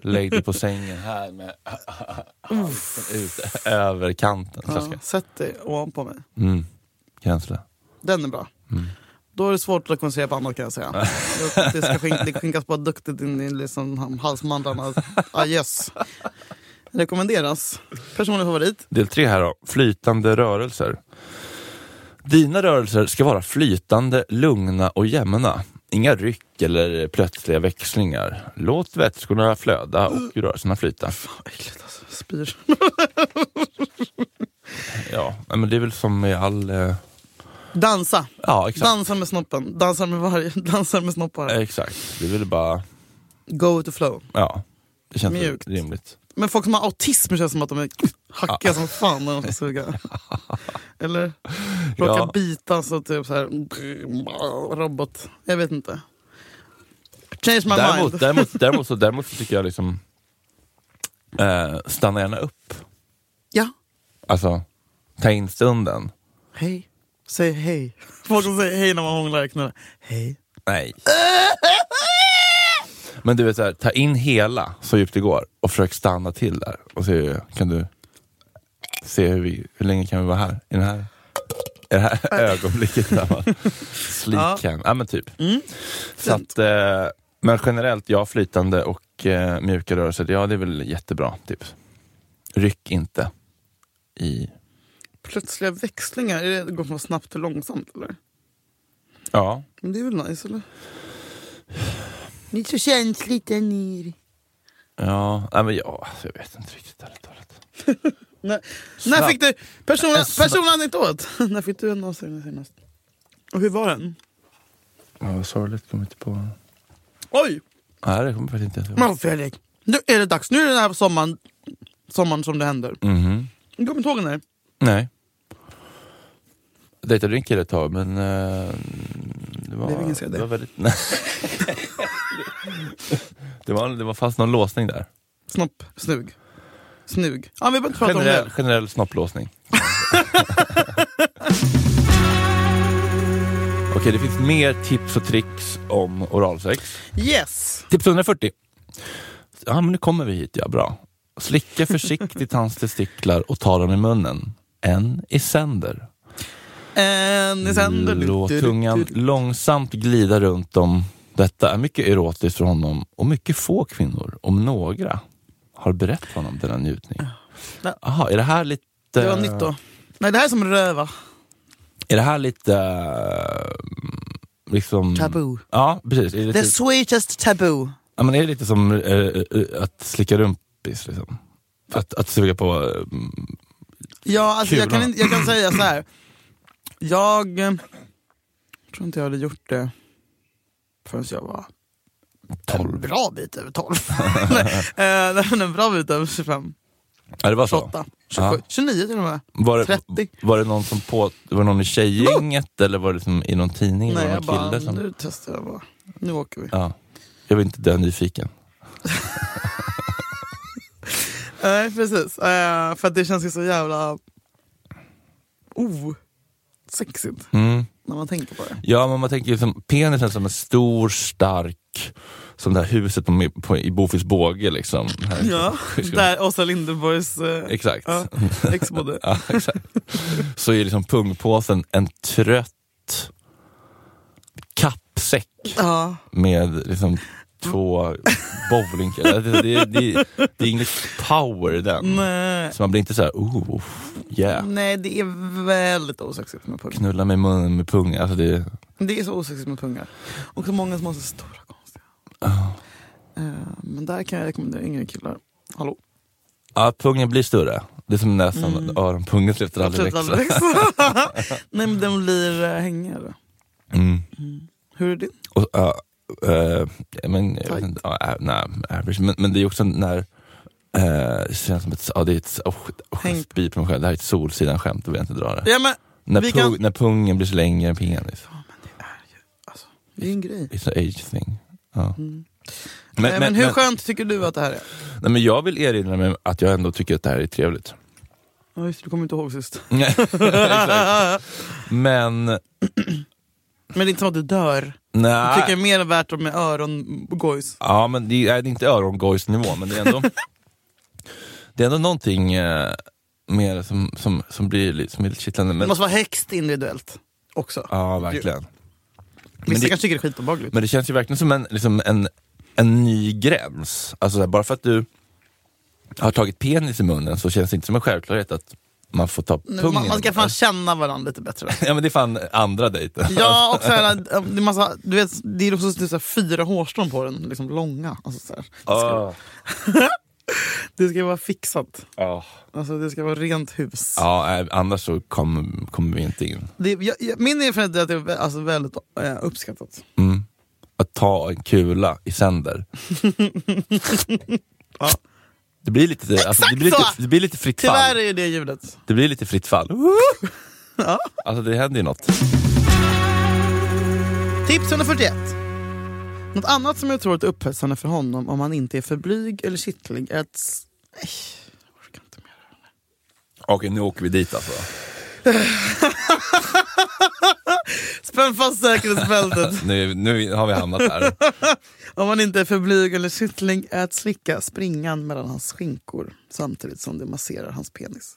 S2: Lägg dig på sängen här med [LAUGHS] halsen ut över kanten.
S1: Ja.
S2: Klassiker.
S1: Sätt dig ovanpå mig.
S2: Mm. Gränsle.
S1: Den är bra. Då är det svårt att koncentrera på annat kan jag säga. [LAUGHS] det ska skink, det skinkas bara duktigt in i liksom halsmandlarna. Ah, yes. Rekommenderas. Personlig favorit.
S2: Del tre här då, flytande rörelser. Dina rörelser ska vara flytande, lugna och jämna. Inga ryck eller plötsliga växlingar. Låt vätskorna flöda och rörelserna flyta.
S1: Fan vad äckligt alltså. Spyr.
S2: Ja, men det är väl som med all... eh,
S1: Dansa.
S2: Ja, exakt.
S1: Dansa med snoppen. Dansa med varje. [LAUGHS] Dansa med snoppar.
S2: Exakt. Det är väl bara...
S1: Go with the flow.
S2: Ja, det känns
S1: Mjukt.
S2: rimligt.
S1: Men folk som har autism känns som att de är hackiga som fan när de ska
S2: [LAUGHS]
S1: suga. Eller råkar
S2: Ja.
S1: bita så typ så här robot. Jag vet inte. Change my
S2: Däremot,
S1: mind.
S2: däremot, däremot, så, däremot så tycker jag liksom... Eh, stanna gärna upp.
S1: Ja.
S2: Alltså, ta in stunden.
S1: Hej. Säg hej. [LAUGHS] Folk som säger hej när man hånglar och knullar. Hej.
S2: Nej. [LAUGHS] Men du vet, så här, ta in hela så djupt det går och försök stanna till där. Och se, kan du se hur, vi, hur länge kan vi vara här? I den här, i det [LAUGHS] här ögonblicket. Där [LAUGHS] man sleek
S1: Ja.
S2: can. Ja, men typ. Så att, eh, men generellt, ja, flytande och eh, mjuka rörelser, ja det är väl jättebra tips. Ryck inte i...
S1: Plötsliga växlingar, är det, det går från snabbt till långsamt eller?
S2: Ja,
S1: Men det är väl nice eller? Ni är så känsligt där nere.
S2: ja, nej, men ja, alltså, jag vet inte riktigt ärligt talat.
S1: När, när fick du person,
S2: En snabb-
S1: personanekdot? [LAUGHS] när fick du en avslöjning senast? Och hur var den?
S2: Ja, vad sorgligt, kommer inte på...
S1: Oj!
S2: Nej, det kommer faktiskt inte
S1: Men Fredrik, nu är det dags. Nu är det den här sommaren, sommaren som det händer.
S2: Mhm.
S1: Du kommer inte ihåg den här?
S2: Nej. Dejtade en kille ett tag, men eh, det var,
S1: Blev ingen CD.
S2: det var väldigt... [LAUGHS] Nej. det, var, det var fast någon låsning där.
S1: Snopp, snug. Snug. Ja, vi behöver inte prata om
S2: Generell,
S1: det. [LAUGHS]
S2: generell snopplåsning. Okej, det finns mer tips och tricks om oralsex.
S1: Yes!
S2: Tips 140. Ja, men nu kommer vi hit, ja bra. Slicka försiktigt hans testiklar och ta dem i munnen. En i sänder.
S1: En i Eh, sänder.
S2: Låt tungan långsamt glida runt dem. Detta är mycket erotiskt för honom och mycket få kvinnor, om några, har berättat för honom denna njutning.
S1: Nej.
S2: Aha, är det här lite...
S1: Det var nytt då. Nej, det här är som röva.
S2: Är det här lite... eh, Liksom...
S1: Tabu.
S2: Ja, precis. Är typ- det,
S1: The
S2: lite,
S1: sweetest taboo.
S2: ja, men är det lite som eh, eh, att slicka rumpis? Liksom? Att, att suga på... eh, mm,
S1: Ja, alltså jag kan,
S2: Kulan.
S1: inte- jag kan säga så här. Jag eh, tror inte jag hade gjort det förrän jag var en
S2: Tolv.
S1: bra bit över 12. [LAUGHS] nej, eh, nej, men en bra bit över 25,
S2: Ja, det var så.
S1: 28, 27,
S2: Ja.
S1: 29 till och med.
S2: Var det,
S1: 30.
S2: var det någon som på... Var det någon i tjejgänget eller var det liksom i någon tidning?
S1: Nej,
S2: eller
S1: jag
S2: någon
S1: bara,
S2: kille som...
S1: nu testar jag bara. Nu åker vi.
S2: Ja. Jag vill inte dö nyfiken.
S1: Nej, precis. Eh, för att det känns ju så jävla... Oh, sexigt
S2: Mm.
S1: när man tänker på det.
S2: Ja, men man tänker ju som penisen som en stor, stark, som det här huset på, på, i Bofors båge liksom.
S1: [LAUGHS]
S2: Här,
S1: Ja, där Åsa Linderborgs eh,
S2: Exakt.
S1: ja, ex bodde.
S2: [LAUGHS] Ja, exakt. Så är liksom pungpåsen en trött kappsäck
S1: Ja.
S2: med liksom två bowlingkillar. Det, det, det, det är inget power i den.
S1: Mm. Nej.
S2: Så man blir inte så här, oh, yeah.
S1: Nej, det är väldigt osexigt med pungar.
S2: Knulla med munnen med pung. Alltså det,
S1: Det är så osexigt med pungar. Och så många som har så stora konstiga. Eh, Men där kan jag rekommendera yngre killar. Hallå?
S2: ja, pungen blir större. Det är som näsan,
S1: Mm.
S2: öronpungen slutar aldrig
S1: Absolut
S2: växa.
S1: aldrig växa.
S2: [LAUGHS]
S1: [LAUGHS] Nej men den blir eh, hängigare.
S2: Mm.
S1: Hur är din?
S2: Och, ja, eh, men, jag vet
S1: Tight.
S2: inte, ja, nej, average. Men, men det är också när eh, det känns som ett, ja, det är ett oh, oh,
S1: Häng.
S2: spy på mig själv. Det här är ett Solsidan-skämt, jag vill inte dra det.
S1: Ja men
S2: när,
S1: vi
S2: pung,
S1: kan-
S2: när pungen blir så längre än penis.
S1: det är ju en grej.
S2: It's an age thing. Ja. Men,
S1: Mm. Eh, Men,
S2: men, men,
S1: men hur skönt tycker du att det här är?
S2: nej, men jag vill erinra mig att jag ändå tycker att det här är trevligt. [LAUGHS]
S1: Ja just det, du kommer inte ihåg [LAUGHS] sist.
S2: Nej, exakt. men,
S1: Men det är inte som att du dör. Jag
S2: nej.
S1: tycker det är mer värt att med örongojs.
S2: Ja, men det är det är inte örongojsnivå, men det
S1: [LAUGHS]
S2: är ändå, det är ändå någonting eh, med det som, som, som blir lite, som är lite kittlande.
S1: Det
S2: Men,
S1: måste vara högst individuellt också.
S2: ja, verkligen.
S1: Vissa
S2: det-
S1: kanske tycker det är skitobehagligt.
S2: Men det känns ju verkligen som en, liksom en, en ny gräns. Alltså så här, bara för att du har tagit penis i munnen så känns det inte som en självklarhet att man får ta
S1: Nu,
S2: pungen.
S1: man, man ska fan känna varandra lite
S2: [LAUGHS]
S1: bättre.
S2: Ja men det är fan andra dejten.
S1: Ja, och så här, det är massa, du vet, det är också typ så här fyra hårstrån på den, liksom långa. Alltså så här.
S2: Ah,
S1: Det ska vara fixat.
S2: ah.
S1: Alltså, det ska vara rent hus.
S2: Ja, nej, annars så kommer kommer vi inte in.
S1: Det, jag, jag, min erfarenhet är att det är vä- alltså, väldigt eh, uppskattat.
S2: Mm. Att ta en kula i sänder.
S1: [LAUGHS] Ja.
S2: Det blir lite, alltså, det blir lite,
S1: så!
S2: det blir lite fritt fall.
S1: Tyvärr är ju det ljudet.
S2: Det blir lite fritt fall. [LAUGHS]
S1: Ja.
S2: Alltså det händer ju något.
S1: Tips 141. Något annat som jag tror är upphetsande för honom om han inte är för blyg eller kittlig är att... s- Nej, jag orkar inte mer.
S2: Okej, nu åker vi dit alltså.
S1: Spänn fast
S2: [LAUGHS]
S1: säkerhetsbältet.
S2: Nu, nu har vi hamnat här.
S1: Om man inte är för blyg eller kittling är att slicka springan mellan hans skinkor samtidigt som det masserar hans penis.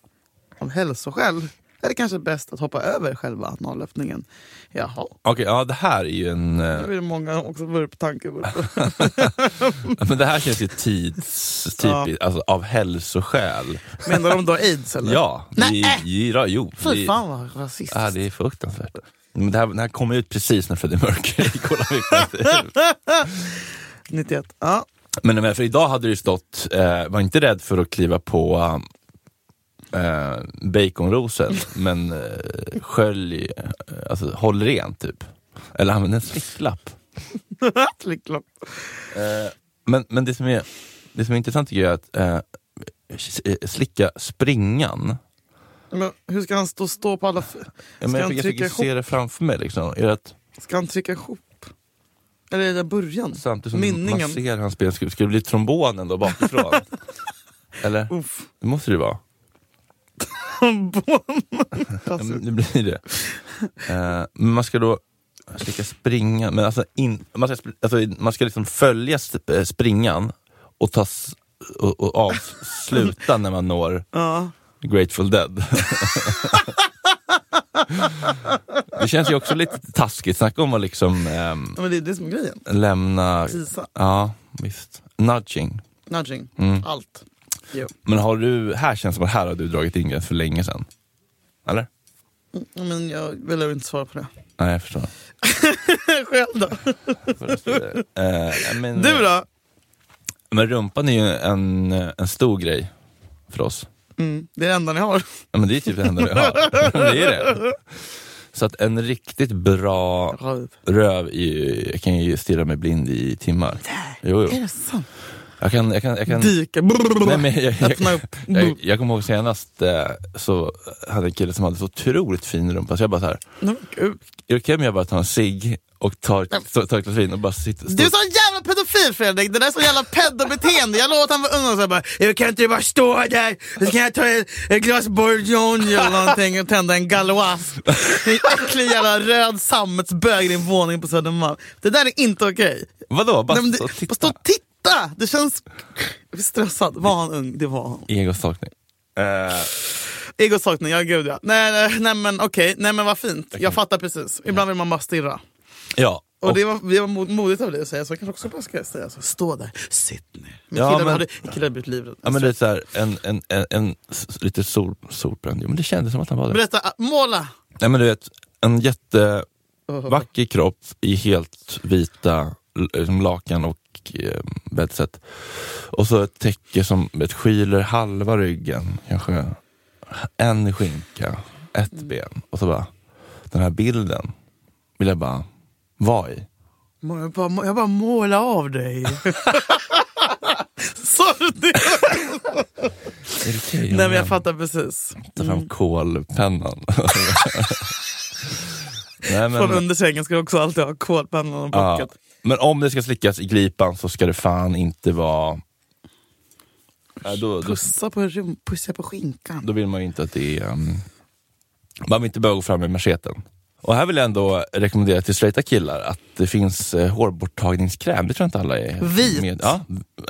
S1: Av hälsoskäl är det kanske bäst att hoppa över själva analöppningen. Jaha,
S2: Okej, ja det här är ju en... eh,
S1: då är det många också vurptankevurpor.
S2: Men det här känns ju tids, typiskt, alltså av hälsoskäl.
S1: Menar de då aids eller?
S2: Ja, det är, ja jo.
S1: Fy
S2: det-
S1: fan vad rasistiskt.
S2: Ja, det är fruktansvärt. Men det, här, det här kom ut precis när Freddie Mercury [LAUGHS] kollade vilken-
S1: 91. Ja. [LAUGHS]
S2: Men men, för idag hade det ju stått, eh, var inte rädd för att kliva på eh,
S1: [LAUGHS]
S2: baconrosen, men eh, skölj, eh, alltså håll rent typ. Eller använd en slicklapp.
S1: Slicklock.
S2: Eh, men men det, som är, det som är intressant tycker jag är att eh, s- eh, slicka springan.
S1: Men hur ska han stå, stå på alla... f-
S2: Ja,
S1: Ska
S2: men jag,
S1: han
S2: fick, jag fick
S1: trycka
S2: ju se
S1: ihop?
S2: det framför mig. Liksom. Är det att
S1: Ska han trycka ihop? Eller är det början? [LAUGHS]
S2: samtidigt som
S1: Mynningen.
S2: man ser hans ben, ska ska det bli trombonen
S1: [LAUGHS]
S2: då bakifrån? Eller?
S1: Uff.
S2: Det måste det vara. Ja, men det blir det. Eh, men man ska då slicka springan, men alltså, in, man, ska, sp- alltså man ska liksom följa sp- eh, springan och, ta, s- och, och avsluta när man når
S1: Ja.
S2: Grateful Dead. [LAUGHS] det känns ju också lite taskigt, snacka om att liksom ehm,
S1: Ja, men det är det som är grejen.
S2: lämna...
S1: Tisa.
S2: Ja, visst. Nudging.
S1: Nudging.
S2: Mm.
S1: Allt. Jo.
S2: Men har du, här känns det som att här har du dragit in gränsen för länge sedan. Eller?
S1: Ja, Men jag vill ju inte svara på det. [LAUGHS]
S2: Nej, jag förstår.
S1: Själv då?
S2: Eh, men,
S1: Du då?
S2: Men rumpan är ju en, en stor grej för oss.
S1: Mm, det är det enda ni har.
S2: Ja, men det är typ
S1: [LAUGHS]
S2: det enda vi har. det är det. Så att en riktigt bra
S1: Röv.
S2: röv är ju, jag kan ju stirra mig blind i timmar. Jo,
S1: Är
S2: jo.
S1: det sant?
S2: Jag kan, jag kan, jag kan
S1: Dyka.
S2: Nej, men jag, jag,
S1: Öppna
S2: jag,
S1: upp.
S2: jag, jag kommer ihåg senast eh, så hade en kille som hade så otroligt fin rumpa så jag bara så här,
S1: Nej, men gud.
S2: är det okej om jag bara tar en cigg och tar, tar, tar ett glas vin och bara sitter
S1: Du är sån jävla pedofil Fredrik, det där är sån jävla pedobeteende. Jag låter han vara ung och så här bara, "Jag kan inte du bara stå där? Så kan jag ta ett, ett glas bourgogne eller någonting och tända en galois. En äcklig jävla röd sammetsbög i din våning på Södermalm. Det där är inte okej.
S2: Vadå? Bara
S1: Nej, men
S2: stå och
S1: det- bara
S2: titta?
S1: Stå och titta! Det känns jag blir stressad. Var han ung? Det var han.
S2: Egosakning. Eh,
S1: Egosakning, ja gud ja. Nej, nej, nej men okej, nej men vad fint. Jag fattar precis. Ibland vill man bara stirra.
S2: ja.
S1: Och, det var, det var mod- modigt av dig att säga så. Jag kanske också bara ska säga så. Stå där, sitt ner. Min
S2: Ja,
S1: killar
S2: men-
S1: hade, min killar hade blivit livrädd.
S2: Ja men det är såhär, en, en, en, en s- lite sol, solbränd, jo men det kändes som att han var det.
S1: Berätta, ah, måla!
S2: Nej men du vet, en jättevacker kropp i helt vita l- liksom lakan och eh, bäddsätt. Och så ett täcke som ett skyler halva ryggen, kanske en skinka, ett ben. Och så bara, den här bilden vill jag bara vara i.
S1: Må- Jag bara, må- jag bara måla av
S2: [LAUGHS]
S1: dig. Sa du det?
S2: Är det okej Mm. om
S1: Nej men jag fattar precis.
S2: tar fram kolpennan? [LAUGHS] Nej, men-
S1: Från under sängen ska du också alltid ha kolpennan och
S2: Ja.
S1: blocket.
S2: Men om det ska slickas i glipan så ska det fan inte vara... Ja, då, då,
S1: Pussa på, rum- pussa på skinkan.
S2: då vill man ju inte att det är... ehm, man vill inte börja gå fram med macheten. Och här vill jag ändå rekommendera till straighta killar att det finns eh, hårborttagningskräm. Det tror jag inte alla är
S1: Vit.
S2: med. Ja,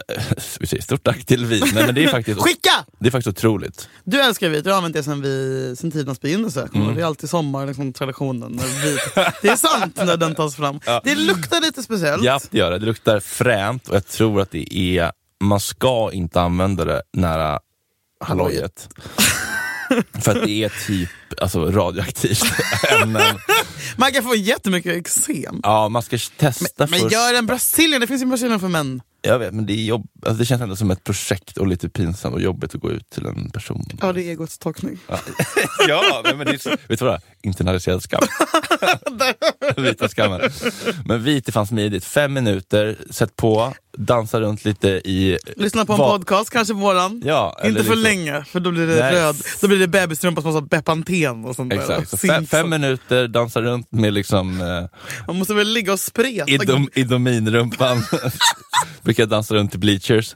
S2: [LAUGHS] precis. Stort tack till vit. Nej, men det är faktiskt,
S1: Skicka!
S2: det är faktiskt otroligt.
S1: Du älskar vit, jag har använt det sen, vi, sen tidernas begynnelse. Mm. Det är alltid sommar, liksom, traditionen. När vit. Det är sant när den tas fram. Det luktar lite speciellt.
S2: Ja, det gör det. Det luktar fränt och jag tror att det är... Man ska inte använda det nära hallojet. För att det är typ alltså, radioaktivt [LAUGHS] ämnen.
S1: Man kan få jättemycket eksem.
S2: Ja, man ska testa
S1: Men
S2: först.
S1: gör en brasilien, det finns ju en brasilien för män.
S2: Jag vet, men det, är jobb... alltså, det känns ändå som ett projekt och lite pinsamt och jobbigt att gå ut till en person.
S1: Ja, det är egots tolkning.
S2: [LAUGHS] Ja, men men det är, så- vet du vad det är? Internaliserad [LAUGHS] skam. Vita skammen. Men vit är fan smidigt. Fem minuter, sätt på, dansa runt lite i...
S1: Lyssna på en
S2: Va-
S1: podcast, kanske våran.
S2: Ja, eller
S1: Inte för
S2: liksom-
S1: länge, för då blir det
S2: Nej.
S1: röd. Då blir det bebisstrumpa som har Bepanthen och sånt där.
S2: Exakt. Så fem,
S1: Simpsons.
S2: fem minuter, dansa runt med liksom eh,
S1: Man måste väl ligga och spreta.
S2: idom,
S1: [LAUGHS]
S2: idominrumpan. Brukar dansa runt till bleachers.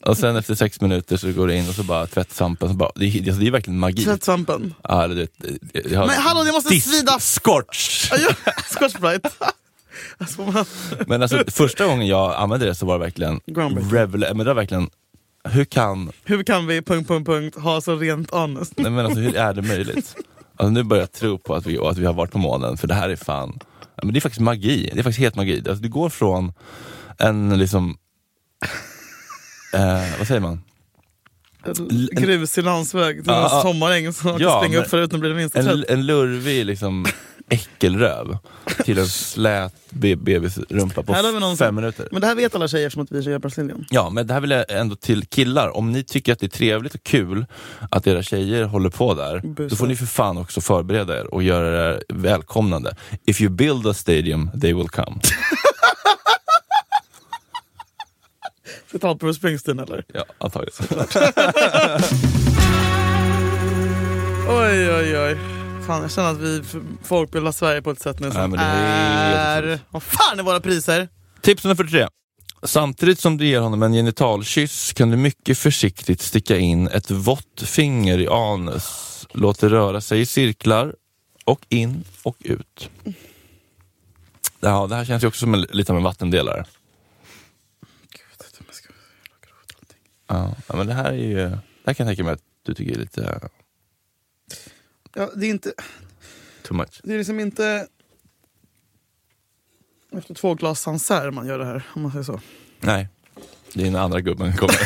S2: Och sen efter sex minuter så går du in och så bara tvättsvampen. Så bara, det, är- alltså, det är verkligen magi.
S1: Tvättsvampen.
S2: Ja, eller, du vet, jag, jag har
S1: Men hallå, det måste
S2: disk-
S1: svida.
S2: Scorch!
S1: Ja, Scotch Brite. [LAUGHS] Alltså, man-
S2: Men alltså första gången jag använde det så var det verkligen
S1: Groundbreaking.
S2: revel, men det var verkligen hur kan,
S1: Hur kan vi punkt, punkt, punkt, ha så rent anus?
S2: nej men alltså hur är det möjligt? Alltså nu börjar jag tro på att vi, och att vi har varit på månen, för det här är fan, ja, men det är faktiskt magi. Det är faktiskt helt magi. Alltså, du går från en liksom, eh, vad säger man?
S1: L- Grusig landsväg till
S2: Ja,
S1: en
S2: ja.
S1: sommaräng som man
S2: Ja,
S1: kan springa
S2: men-
S1: upp för utan att bli det minsta trött.
S2: En, en lurvig liksom äckelröv till en slät be- bebisrumpa på
S1: Här har vi någon som-
S2: fem minuter.
S1: Men det här vet alla tjejer som att vi tjejer i Brasilien.
S2: Ja, men det här vill jag ändå till killar. Om ni tycker att det är trevligt och kul att era tjejer håller på där, då
S1: Busar.
S2: får ni för fan också förbereda er och göra det välkomnande. If you build a stadium, they will come.
S1: Citat Bruce Springsteen eller?
S2: Ja, antagligen.
S1: Oj, oj, oj. Fan, jag känner att vi f- folkbildar Sverige på ett sätt nu
S2: Nej,
S1: som
S2: men det är helt
S1: är... Vad fan är våra priser?
S2: Tips nummer 43. Samtidigt som du ger honom en genitalkyss kan du mycket försiktigt sticka in ett vått finger i anus. Låt det röra sig i cirklar och in och ut. Ja, det här känns ju också som en, lite av en vattendelare. Ja, ja, men det här är ju... Det här kan jag tänka mig att du tycker är lite
S1: Ja, det är inte...
S2: too much.
S1: Det är liksom inte... Efter två glas Sancerre man gör det här, om man säger så.
S2: Nej, det är den andra gubben som kommer.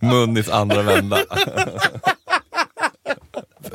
S2: [LAUGHS] Munnis andra vända.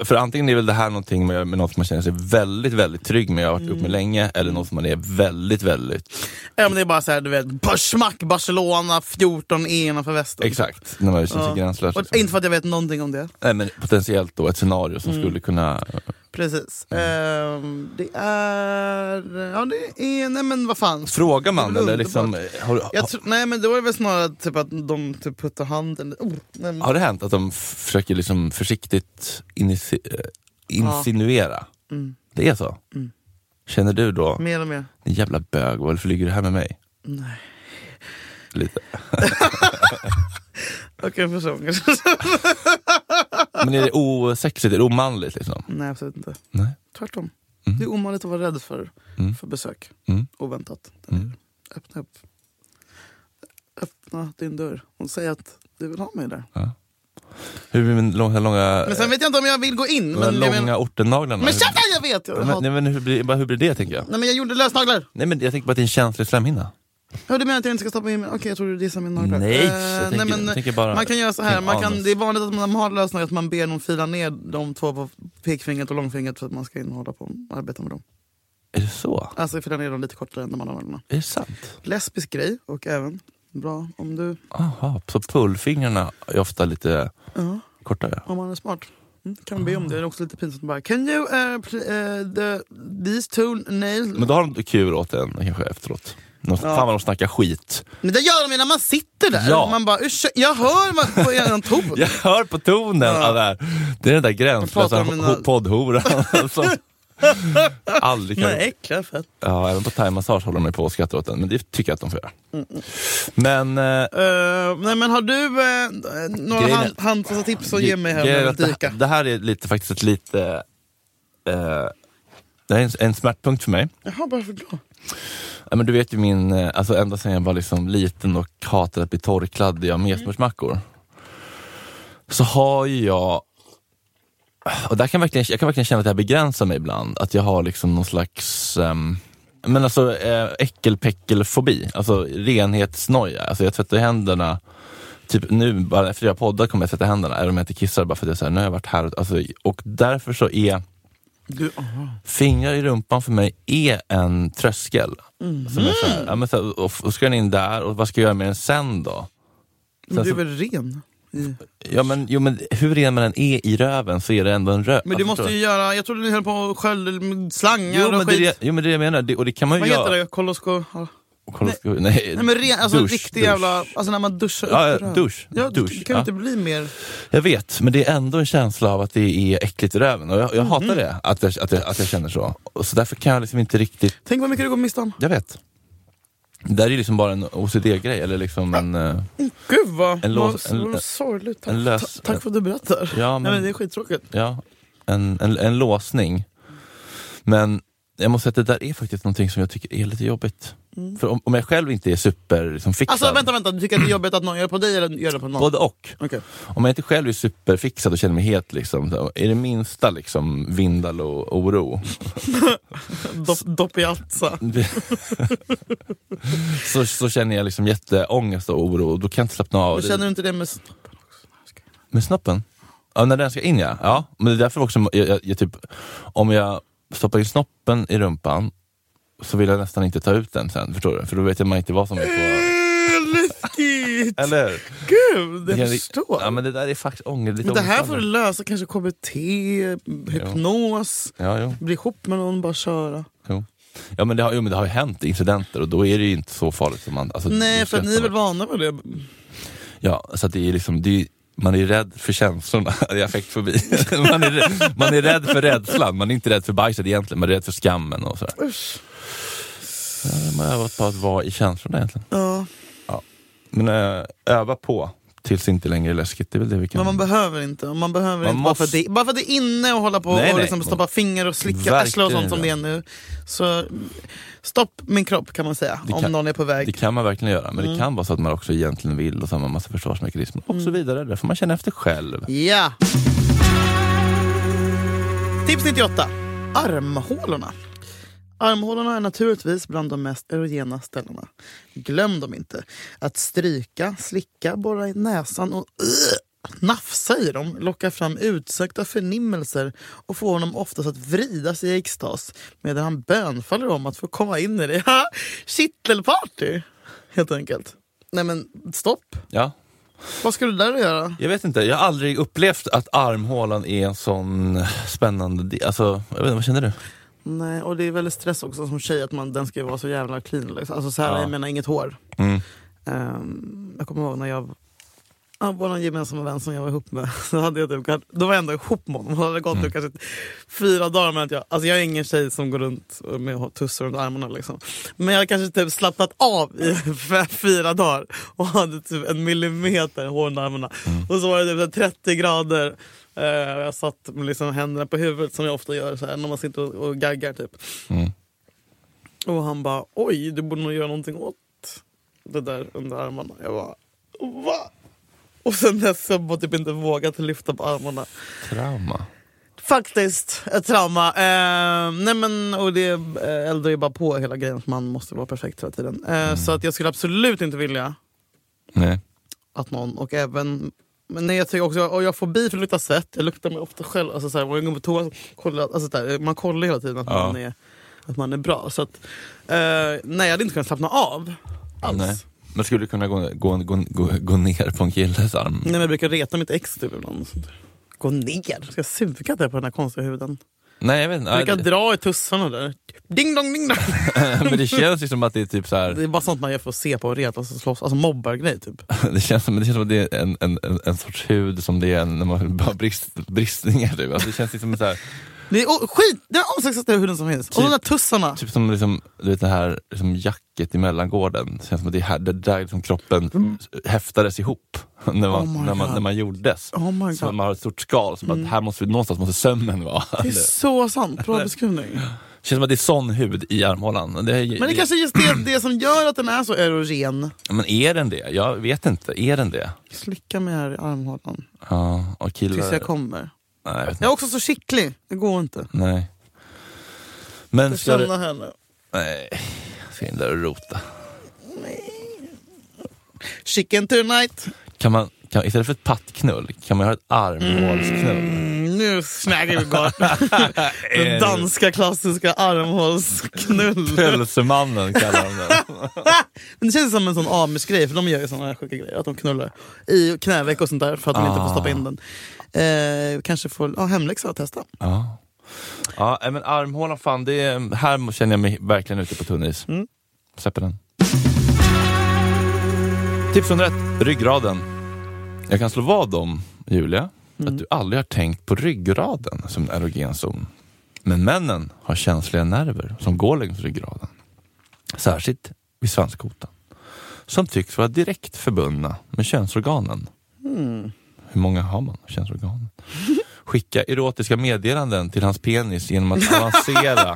S2: För antingen är väl det här någonting med, med något som man känner sig väldigt, väldigt trygg med och har varit uppe med länge, eller något som man är väldigt, väldigt...
S1: Ja, men det är bara så här, du vet, Börsmack, Barcelona, 14 E innanför västen.
S2: Exakt, när man känner sig
S1: Ja.
S2: gränslös.
S1: Och
S2: liksom.
S1: inte för att jag vet någonting om det.
S2: Nej, men potentiellt då ett scenario som skulle kunna...
S1: Precis.
S2: Mm.
S1: Ehm, det är... Ja, det är... Nej, men vad fan.
S2: Frågar man
S1: Det är väl
S2: eller liksom... Har,
S1: Jag tror- nej, men då är det väl snarare typ att de typ puttar handen... Oh, nej, men-
S2: har det hänt att de f- försöker liksom försiktigt inisi- eh, insinuera? Det är så? Känner du då?
S1: mm, Mer och mer.
S2: En jävla bög, varför ligger du här med mig?
S1: Nej.
S2: Lite.
S1: Okej, okay, person kanske. [LAUGHS]
S2: Men är det osexigt? Är det omanligt liksom?
S1: Nej, absolut inte.
S2: Nej.
S1: Tvärtom. Det är omöjligt att vara rädd för, för besök.
S2: Mm.
S1: Oväntat.
S2: Mm.
S1: Öppna upp. Öppna din dörr och säg att du vill ha mig där.
S2: Hur blir min långa, långa,
S1: Men sen vet jag inte om jag vill gå in.
S2: Eh, de här
S1: Men, jag
S2: långa
S1: men,
S2: ortennaglarna?
S1: men
S2: Hur-
S1: käften, jag vet! Jag,
S2: men,
S1: hatar-
S2: nej, men hur, blir, bara, hur blir det tänker jag?
S1: nej, men jag gjorde lösnaglar.
S2: Nej men jag tänker bara att det är en känslig slemhinna.
S1: Ja, du menar att jag inte ska stoppa in mig? Okej, jag tror du dissar min naglar.
S2: Nej,
S1: Eh,
S2: jag tänker-
S1: nej men,
S2: jag tänker bara-
S1: man kan göra så här.
S2: tänk
S1: Man kan,
S2: anus.
S1: det är vanligt att man har lösningar att man ber någon fila ner de två på pekfingret och långfingret för att man ska in och hålla på och arbeta med dem.
S2: Är det så?
S1: Alltså fila ner dem lite kortare än de andra naglarna.
S2: Är det sant?
S1: Lesbisk grej och även bra om du
S2: Aha, så pullfingrarna är ofta lite
S1: ja,
S2: kortare?
S1: om man är smart. Mm, kan be om det. Det är också lite pinsamt bara. Can you eh, pl- eh, the, these two nails?
S2: Men då har de kul åt en kanske efteråt. De,
S1: Ja.
S2: Fan vad de snackar skit.
S1: Men det gör de ju när man sitter där.
S2: Ja.
S1: Man bara ursäkta, jag hör vad på er
S2: [LAUGHS]
S1: ton.
S2: Jag hör på tonen
S1: Ja.
S2: av det här. Det är den där gränslösa
S1: Jag pratar om mina-
S2: ho- poddhoran
S1: [LAUGHS]
S2: som aldrig kan
S1: Nej, äckliga fett.
S2: Ja, även på thaimassage håller de mig på och skrattar åt den, men det tycker jag att de får göra.
S1: Mm,
S2: Men eh,
S1: Eh, nej men har du eh, några
S2: Grejen är-
S1: hand, handfasta tips att ge mig här
S2: grejen är
S1: med
S2: att
S1: att
S2: det,
S1: dyka?
S2: det här är lite, faktiskt ett lite eh, det här är en, en smärtpunkt för mig.
S1: Jaha, varför då?
S2: Ja, men du vet ju min, eh, alltså ända sedan jag var liksom liten och hatade att bli torrkladdig av messmörsmackor. Så har ju jag, och där kan jag verkligen, jag kan verkligen känna att det här begränsar mig ibland. Att jag har liksom någon slags ehm, men alltså eh, äckelpäckelfobi, alltså renhetsnoja. Alltså jag tvättar händerna, typ nu bara efter jag poddar kommer jag tvätta händerna, eller om jag inte kissar bara för att jag säger nu har jag varit här. Alltså, och därför så är
S1: Du, aha.
S2: fingrar i rumpan för mig är en tröskel.
S1: Mm.
S2: Som är så här, ja, men så här, och, och ska den in där, och vad ska jag göra med den sen då?
S1: Men
S2: Sen
S1: du är
S2: så-
S1: väl ren? I...
S2: Ja, men, jo, men hur ren man än är i röven så är det ändå en röv.
S1: Men du måste ju göra, jag trodde ni höll på och skölj med slangar
S2: Jo men,
S1: och
S2: det, är
S1: skit.
S2: det- jo men det är det jag menar, det, och det kan man ju
S1: Vad heter
S2: göra.
S1: det? Kolosko... Ja.
S2: Kolla, nej, nej,
S1: Nej men ren, alltså
S2: dusch,
S1: riktig
S2: dusch.
S1: jävla, alltså när man duschar
S2: Ja,
S1: upp
S2: ja,
S1: röv.
S2: dusch.
S1: Ja,
S2: dusch.
S1: Det kan ju
S2: ja.
S1: inte bli mer...
S2: Jag vet, men det är ändå en känsla av att det är äckligt i röven. Och jag,
S1: Mm.
S2: jag hatar det, att jag, att, jag, att jag känner så. Och Så därför kan jag liksom inte riktigt
S1: Tänk vad mycket du går miste om.
S2: Jag vet. Det där är ju liksom bara en OCD-grej, eller liksom en... eh,
S1: Gud vad,
S2: En lås-
S1: vad,
S2: en-
S1: vad sorgligt. Tack,
S2: en lös-
S1: ta, tack för att du berättar.
S2: Ja,
S1: Nej, men
S2: men,
S1: det är skittråkigt.
S2: ja, en, en, en låsning. Men jag måste säga att det där är faktiskt någonting som jag tycker är lite jobbigt. För om, om jag själv inte är super liksom, fixad,
S1: Mm. Alltså vänta, vänta. Du tycker att det är jobbigt att någon gör det på dig eller gör det på någon?
S2: både och.
S1: Okej.
S2: Om jag inte själv är superfixad och känner mig het, liksom, så är det minsta liksom, vindal och oro
S1: Dopp, dopp i Alza.
S2: så, så känner jag liksom jätteångest och oro och då kan jag inte slappna av.
S1: Men Känner du inte det med snoppen också?
S2: Med snoppen? Ja, när den ska in ja. ja. Men det är därför också, jag, jag, jag, typ, om jag stoppar in snoppen i rumpan så vill jag nästan inte ta ut den sen, förstår du? För då vet jag man inte vad som är på...
S1: Eh, Läskigt!
S2: Eller hur?
S1: Gud,
S2: Det
S1: jag
S2: kan-
S1: förstår.
S2: Ja men det där är faktiskt ånger, lite
S1: Men det här får du
S2: ångestladdat.
S1: lösa kanske KBT, hypnos,
S2: Ja, jo,
S1: bli ihop med någon och bara köra.
S2: jo. Ja men det har, jo men det har ju hänt incidenter och då är det ju inte så farligt som man... Alltså,
S1: Nej,
S2: då
S1: för att ni är
S2: skrattar
S1: väl
S2: man.
S1: vana med det?
S2: Ja, så att det är liksom, det är, ju- man är ju rädd för känslorna, [LAUGHS] det är affektfobi. man, är, rädd- man är rädd för rädslan, man är inte rädd för bajset egentligen, man är rädd för skammen och sådär.
S1: Usch.
S2: Man har övat på att vara i känslorna egentligen.
S1: Ja,
S2: Men eh, öva på tills det inte längre är läskigt. Det är väl det vi kan...
S1: men man behöver inte. Man behöver
S2: Man
S1: inte bara, för att
S2: måste-
S1: det, bara för att det är inne och hålla på
S2: Nej,
S1: och
S2: nej.
S1: liksom stoppa finger och slicka
S2: Verkligen
S1: arsle och sånt som det
S2: inte.
S1: är nu. Så stopp min kropp kan man säga,
S2: Det
S1: om
S2: kan-
S1: någon är på
S2: det
S1: väg.
S2: kan man verkligen göra, men det kan vara så att man också egentligen vill och så har man massa försvarsmekanismer och så vidare. Det får man känna efter själv.
S1: Ja! Tips 98. Armhålorna. Armhålorna är naturligtvis bland de mest erogena ställena. Glöm dem inte. Att stryka, slicka, borra i näsan och uh, nafsa i dem lockar fram utsökta förnimmelser och får honom oftast att vrida sig i extas medan han bönfaller om att få komma in i det. Kittelparty, helt enkelt. Nej men stopp.
S2: Ja,
S1: Vad ska du där och göra?
S2: jag vet inte, jag har aldrig upplevt att armhålan är en sån spännande del. Alltså, jag vet inte, vad känner du?
S1: Nej, och det är väldigt stress också som tjej att man, den ska ju vara så jävla clean. Liksom. Alltså så här,
S2: Ja.
S1: jag menar inget hår.
S2: Mm.
S1: Ehm, jag kommer ihåg när jag Ja, vår gemensamma vän som jag var ihop med, [LAUGHS] så hade jag typ, kanske- då var jag ändå ihop med honom. Det hade gått typ kanske fyra dagar med att jag, alltså jag är ingen tjej som går runt med att ha tussar runt armarna liksom. Men jag hade kanske typ slappnat av i [LAUGHS] f- fyra dagar och hade typ en millimeter hår under armarna. Och så var det typ så här 30 grader eh, och jag satt med liksom händerna på huvudet som jag ofta gör så här, när man sitter och, och gaggar typ.
S2: Mm.
S1: Och han bara oj, du borde nog göra någonting åt det där under armarna. Jag bara va? Och sen dess har jag bara typ inte vågat lyfta på armarna.
S2: Trauma.
S1: Faktiskt ett trauma. Eh, nej men, och det eh, eldar ju bara på hela grejen att man måste vara perfekt hela tiden. Eh, Så att jag skulle absolut inte vilja
S2: Nej.
S1: att någon, och även men nej, jag tycker också, och jag får bi för att lukta svett, jag luktar mig ofta själv. Alltså, så här, och jag går på toa, så kollar, jag- alltså, så här, man kollar hela tiden att,
S2: Ja.
S1: man, är, att man är bra. Så att, eh, nej, jag hade inte kunnat slappna av alls.
S2: Nej.
S1: Nej.
S2: Men skulle du kunna gå, gå, gå, gå, gå ner på en killes arm?
S1: men jag brukar reta mitt ex typ ibland. och sånt där. Gå ner, ska jag suga där på den här konstiga huden?
S2: Nej, jag vet inte.
S1: Jag
S2: Nej,
S1: brukar dra i tussarna där. Ding dong, ding dong.
S2: det- [LAUGHS] Men det känns ju som att det är typ så här...
S1: Det är bara sånt man gör för att se på och retas och slåss. Alltså mobbargrej typ.
S2: Det känns, som- men det känns som att det är en, en, en, en sorts hud som det är när man har brist, bristningar. Typ. Alltså det känns liksom så här,
S1: Det är oh, skit, den omslagssatta huden som finns. Och de där tussarna.
S2: Typ som liksom, du vet, det här liksom jacket i mellangården. Det känns som att det, är här, det där liksom kroppen häftades ihop [LAUGHS] när man,
S1: Mm. Oh my
S2: när man,
S1: God.
S2: när man gjordes.
S1: Oh my
S2: så
S1: God. Mm.
S2: man har ett stort skal, som att här måste vi, någonstans måste sömmen vara.
S1: [LAUGHS] Det är
S2: Det
S1: så sant, bra beskrivning.
S2: känns som att det är sån hud i armhålan. Det är,
S1: Men det kanske är just det, det som gör att den är så erogen.
S2: men är den det? Jag vet inte. Är den det?
S1: Slicka mig här i armhålan
S2: Ja, och killar...
S1: tills jag kommer.
S2: Nej, jag vet inte.
S1: Jag är också så skicklig, det går inte.
S2: Nej. Men
S1: Jag
S2: ska du...
S1: känner henne.
S2: Nej, jag ska in där och rota.
S1: Chicken tonight.
S2: Kan man, kan, istället för ett pattknull, kan man göra ett armhålsknull?
S1: Mm, nu snackar vi
S2: [LAUGHS]
S1: gott. Den danska klassiska armhålsknull. [LAUGHS]
S2: Pölsemannen kallar de den.
S1: Men det känns som en sån amish-grej, för de gör ju såna här sjuka grejer. Att de knullar i knäveck och sånt där för att de inte får stoppa in
S2: Ah.
S1: den. Eh, kanske får ja, hemläxa att testa.
S2: ja. ja, nej, men armhålan, fan, det är, här känner jag mig verkligen ute på tunn is. Släpper den. Tips nummer ett, ryggraden. Jag kan slå vad om, Julia, att du aldrig har tänkt på ryggraden som en erogen zon. Men männen har känsliga nerver som går längs ryggraden. Särskilt vid svanskotan. Som tycks vara direkt förbundna med könsorganen. Hur många har man av könsorganen? Skicka erotiska meddelanden till hans penis genom att avancera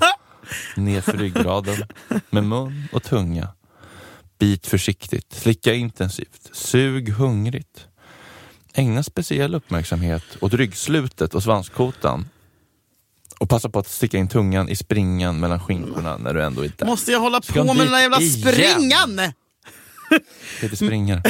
S2: nerför ryggraden med mun och tunga. Bit försiktigt, slicka intensivt, sug hungrigt. Ägna speciell uppmärksamhet åt ryggslutet och svanskotan. Och passa på att sticka in tungan i springan mellan skinkorna när du ändå är där.
S1: Måste jag hålla
S2: Ska
S1: på med
S2: dit
S1: den där jävla
S2: igen?
S1: springan?
S2: Peter [LAUGHS] springer.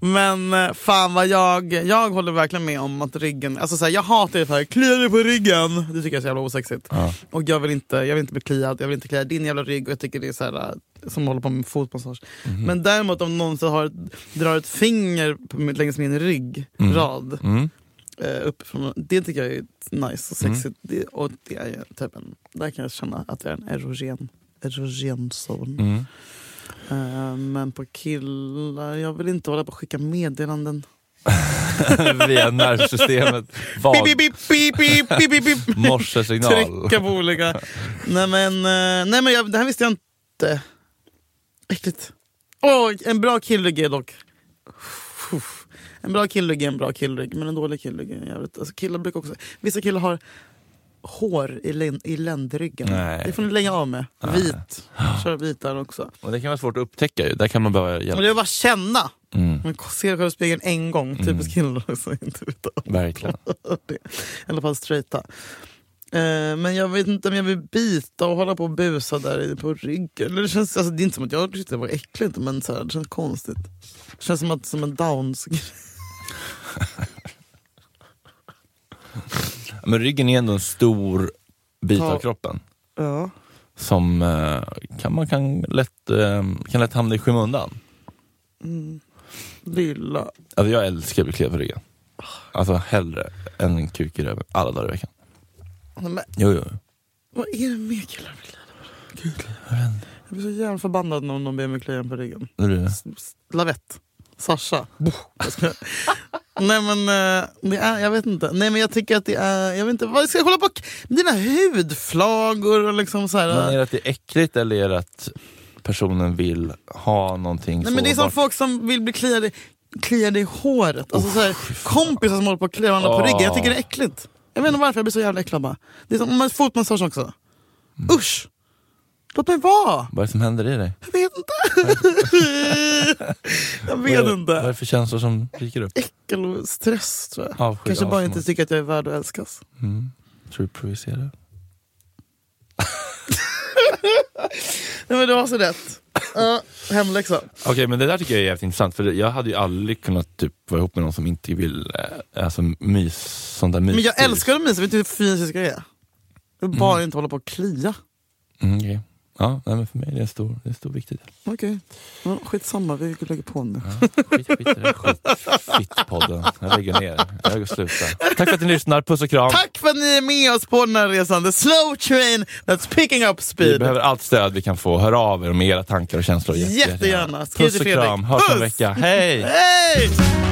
S1: Men eh, fan vad jag, jag håller verkligen med om att ryggen, alltså så här, jag hatar det här, klia dig på ryggen. Det tycker jag är så jävla osexigt.
S2: Ja.
S1: Och jag vill, inte, jag vill inte bli kliad, jag vill inte klia din jävla rygg och jag tycker det är så här, eh, som håller på med fotmassage.
S2: Mm. Mm-hmm.
S1: Men däremot om någon så har, ett- drar ett finger på, min- längs min ryggrad
S2: Mm.
S1: eh, uppifrån, det tycker jag är nice och sexigt. Det, och det är ju typ en, där kan jag känna att det är en erogen, erogen zon.
S2: Mm.
S1: Eh, men på killar, jag vill inte hålla på och skicka meddelanden.
S2: Mm-hmm. [LAUGHS] Via nervsystemet. Vag.
S1: Pip, pip, pip, pip, pip, pip,
S2: [LAUGHS]
S1: pip.
S2: Morsesignal.
S1: Trycka på olika. Nej men, eh, nej, men jag, det här visste jag inte. Äckligt. Åh, en bra killrygg är dock... Uff. En bra killrygg är en bra killrygg, men en dålig killrygg är en jävligt... Alltså, killar brukar också... Vissa killar har hår i, län- i ländryggen.
S2: Nej.
S1: Det får ni lägga av med. Vit. Kör vit där också.
S2: Och det kan vara svårt att upptäcka ju. Där kan man behöva hjälp.
S1: Men det är bara känna.
S2: Mm,
S1: Man ser själv i spegeln en gång. Typiskt killar också. Inte vet om.
S2: verkligen.
S1: det. I alla fall straighta. Eh, men jag vet inte om jag vill bita och hålla på och busa där i- på ryggen. Eller Det, känns, alltså, det är inte som att jag tyckte det var äckligt, men så här, det känns konstigt. Det känns som, att, som en downs
S2: Men ryggen är ändå en stor bit
S1: Ja.
S2: av kroppen.
S1: ja.
S2: Som eh, kan, man kan lätt, eh, kan lätt hamna i skymundan.
S1: Mm. Lilla.
S2: Alltså jag älskar att bli kliad på ryggen. Alltså hellre än en kuk i röven alla dagar i veckan.
S1: Nej, Men,
S2: Jo, jo.
S1: vad är det med killar och killar? Jag blir så jävla förbannad när någon ber mig klia en på ryggen.
S2: Det är det.
S1: S- Lavett.
S2: [LAUGHS]
S1: Sasha. Bo. Jag skojar. Nej men eh, det är, jag vet inte. Nej men jag tycker att det är, jag vet inte, vad ska jag hålla på k- dina hudflagor och liksom så här.
S2: Men är det att det är äckligt eller är det att personen vill ha någonting
S1: Nej, men det är som
S2: sårbart?
S1: folk som vill bli kliade, kliade i håret. Alltså, så här, kompisar som håller på att klia varandra på ryggen. Jag tycker det är äckligt. Jag vet inte varför jag blir så jävla äcklad bara. Det är som men fotmassage också.
S2: Mm.
S1: Usch! Låt mig vara!
S2: Vad är det som händer i dig?
S1: Jag vet inte.
S2: [LAUGHS]
S1: jag vet
S2: Vad är
S1: inte.
S2: det för känslor som dyker upp?
S1: Äckel och stress tror jag.
S2: Avsky,
S1: Kanske bara
S2: avsmak.
S1: inte tycker att jag är värd att älskas.
S2: Mm. Tror du provocerar?
S1: Nej men du har så rätt. Ja, hemläxa.
S2: Okej, men det där tycker jag är jävligt intressant. För jag hade ju aldrig kunnat typ, vara ihop med någon som inte vill eh, alltså, mys, sånt där mys.
S1: Men jag älskar att mysa, vet du hur fysisk jag är? Jag vill bara inte hålla på och klia.
S2: Mm, okej. Ja, nej, men för mig är det en stor, det är en stor viktig del.
S1: Okej, okay. skitsamma vi lägger på nu.
S2: Skit, skit i det. Skit, fittpodden. Jag lägger ner. Jag slutar. Tack för att ni lyssnar. Puss och kram.
S1: Tack för att ni är med oss på den här resan. The slow train that's picking up
S2: Vi
S1: speed.
S2: behöver allt stöd vi kan få. Hör av er med era tankar och känslor.
S1: Jättegärna. Skriv
S2: Puss
S1: till
S2: och
S1: Fredrik.
S2: kram. Hörs om en
S1: Puss!
S2: vecka. Hej!
S1: Hej!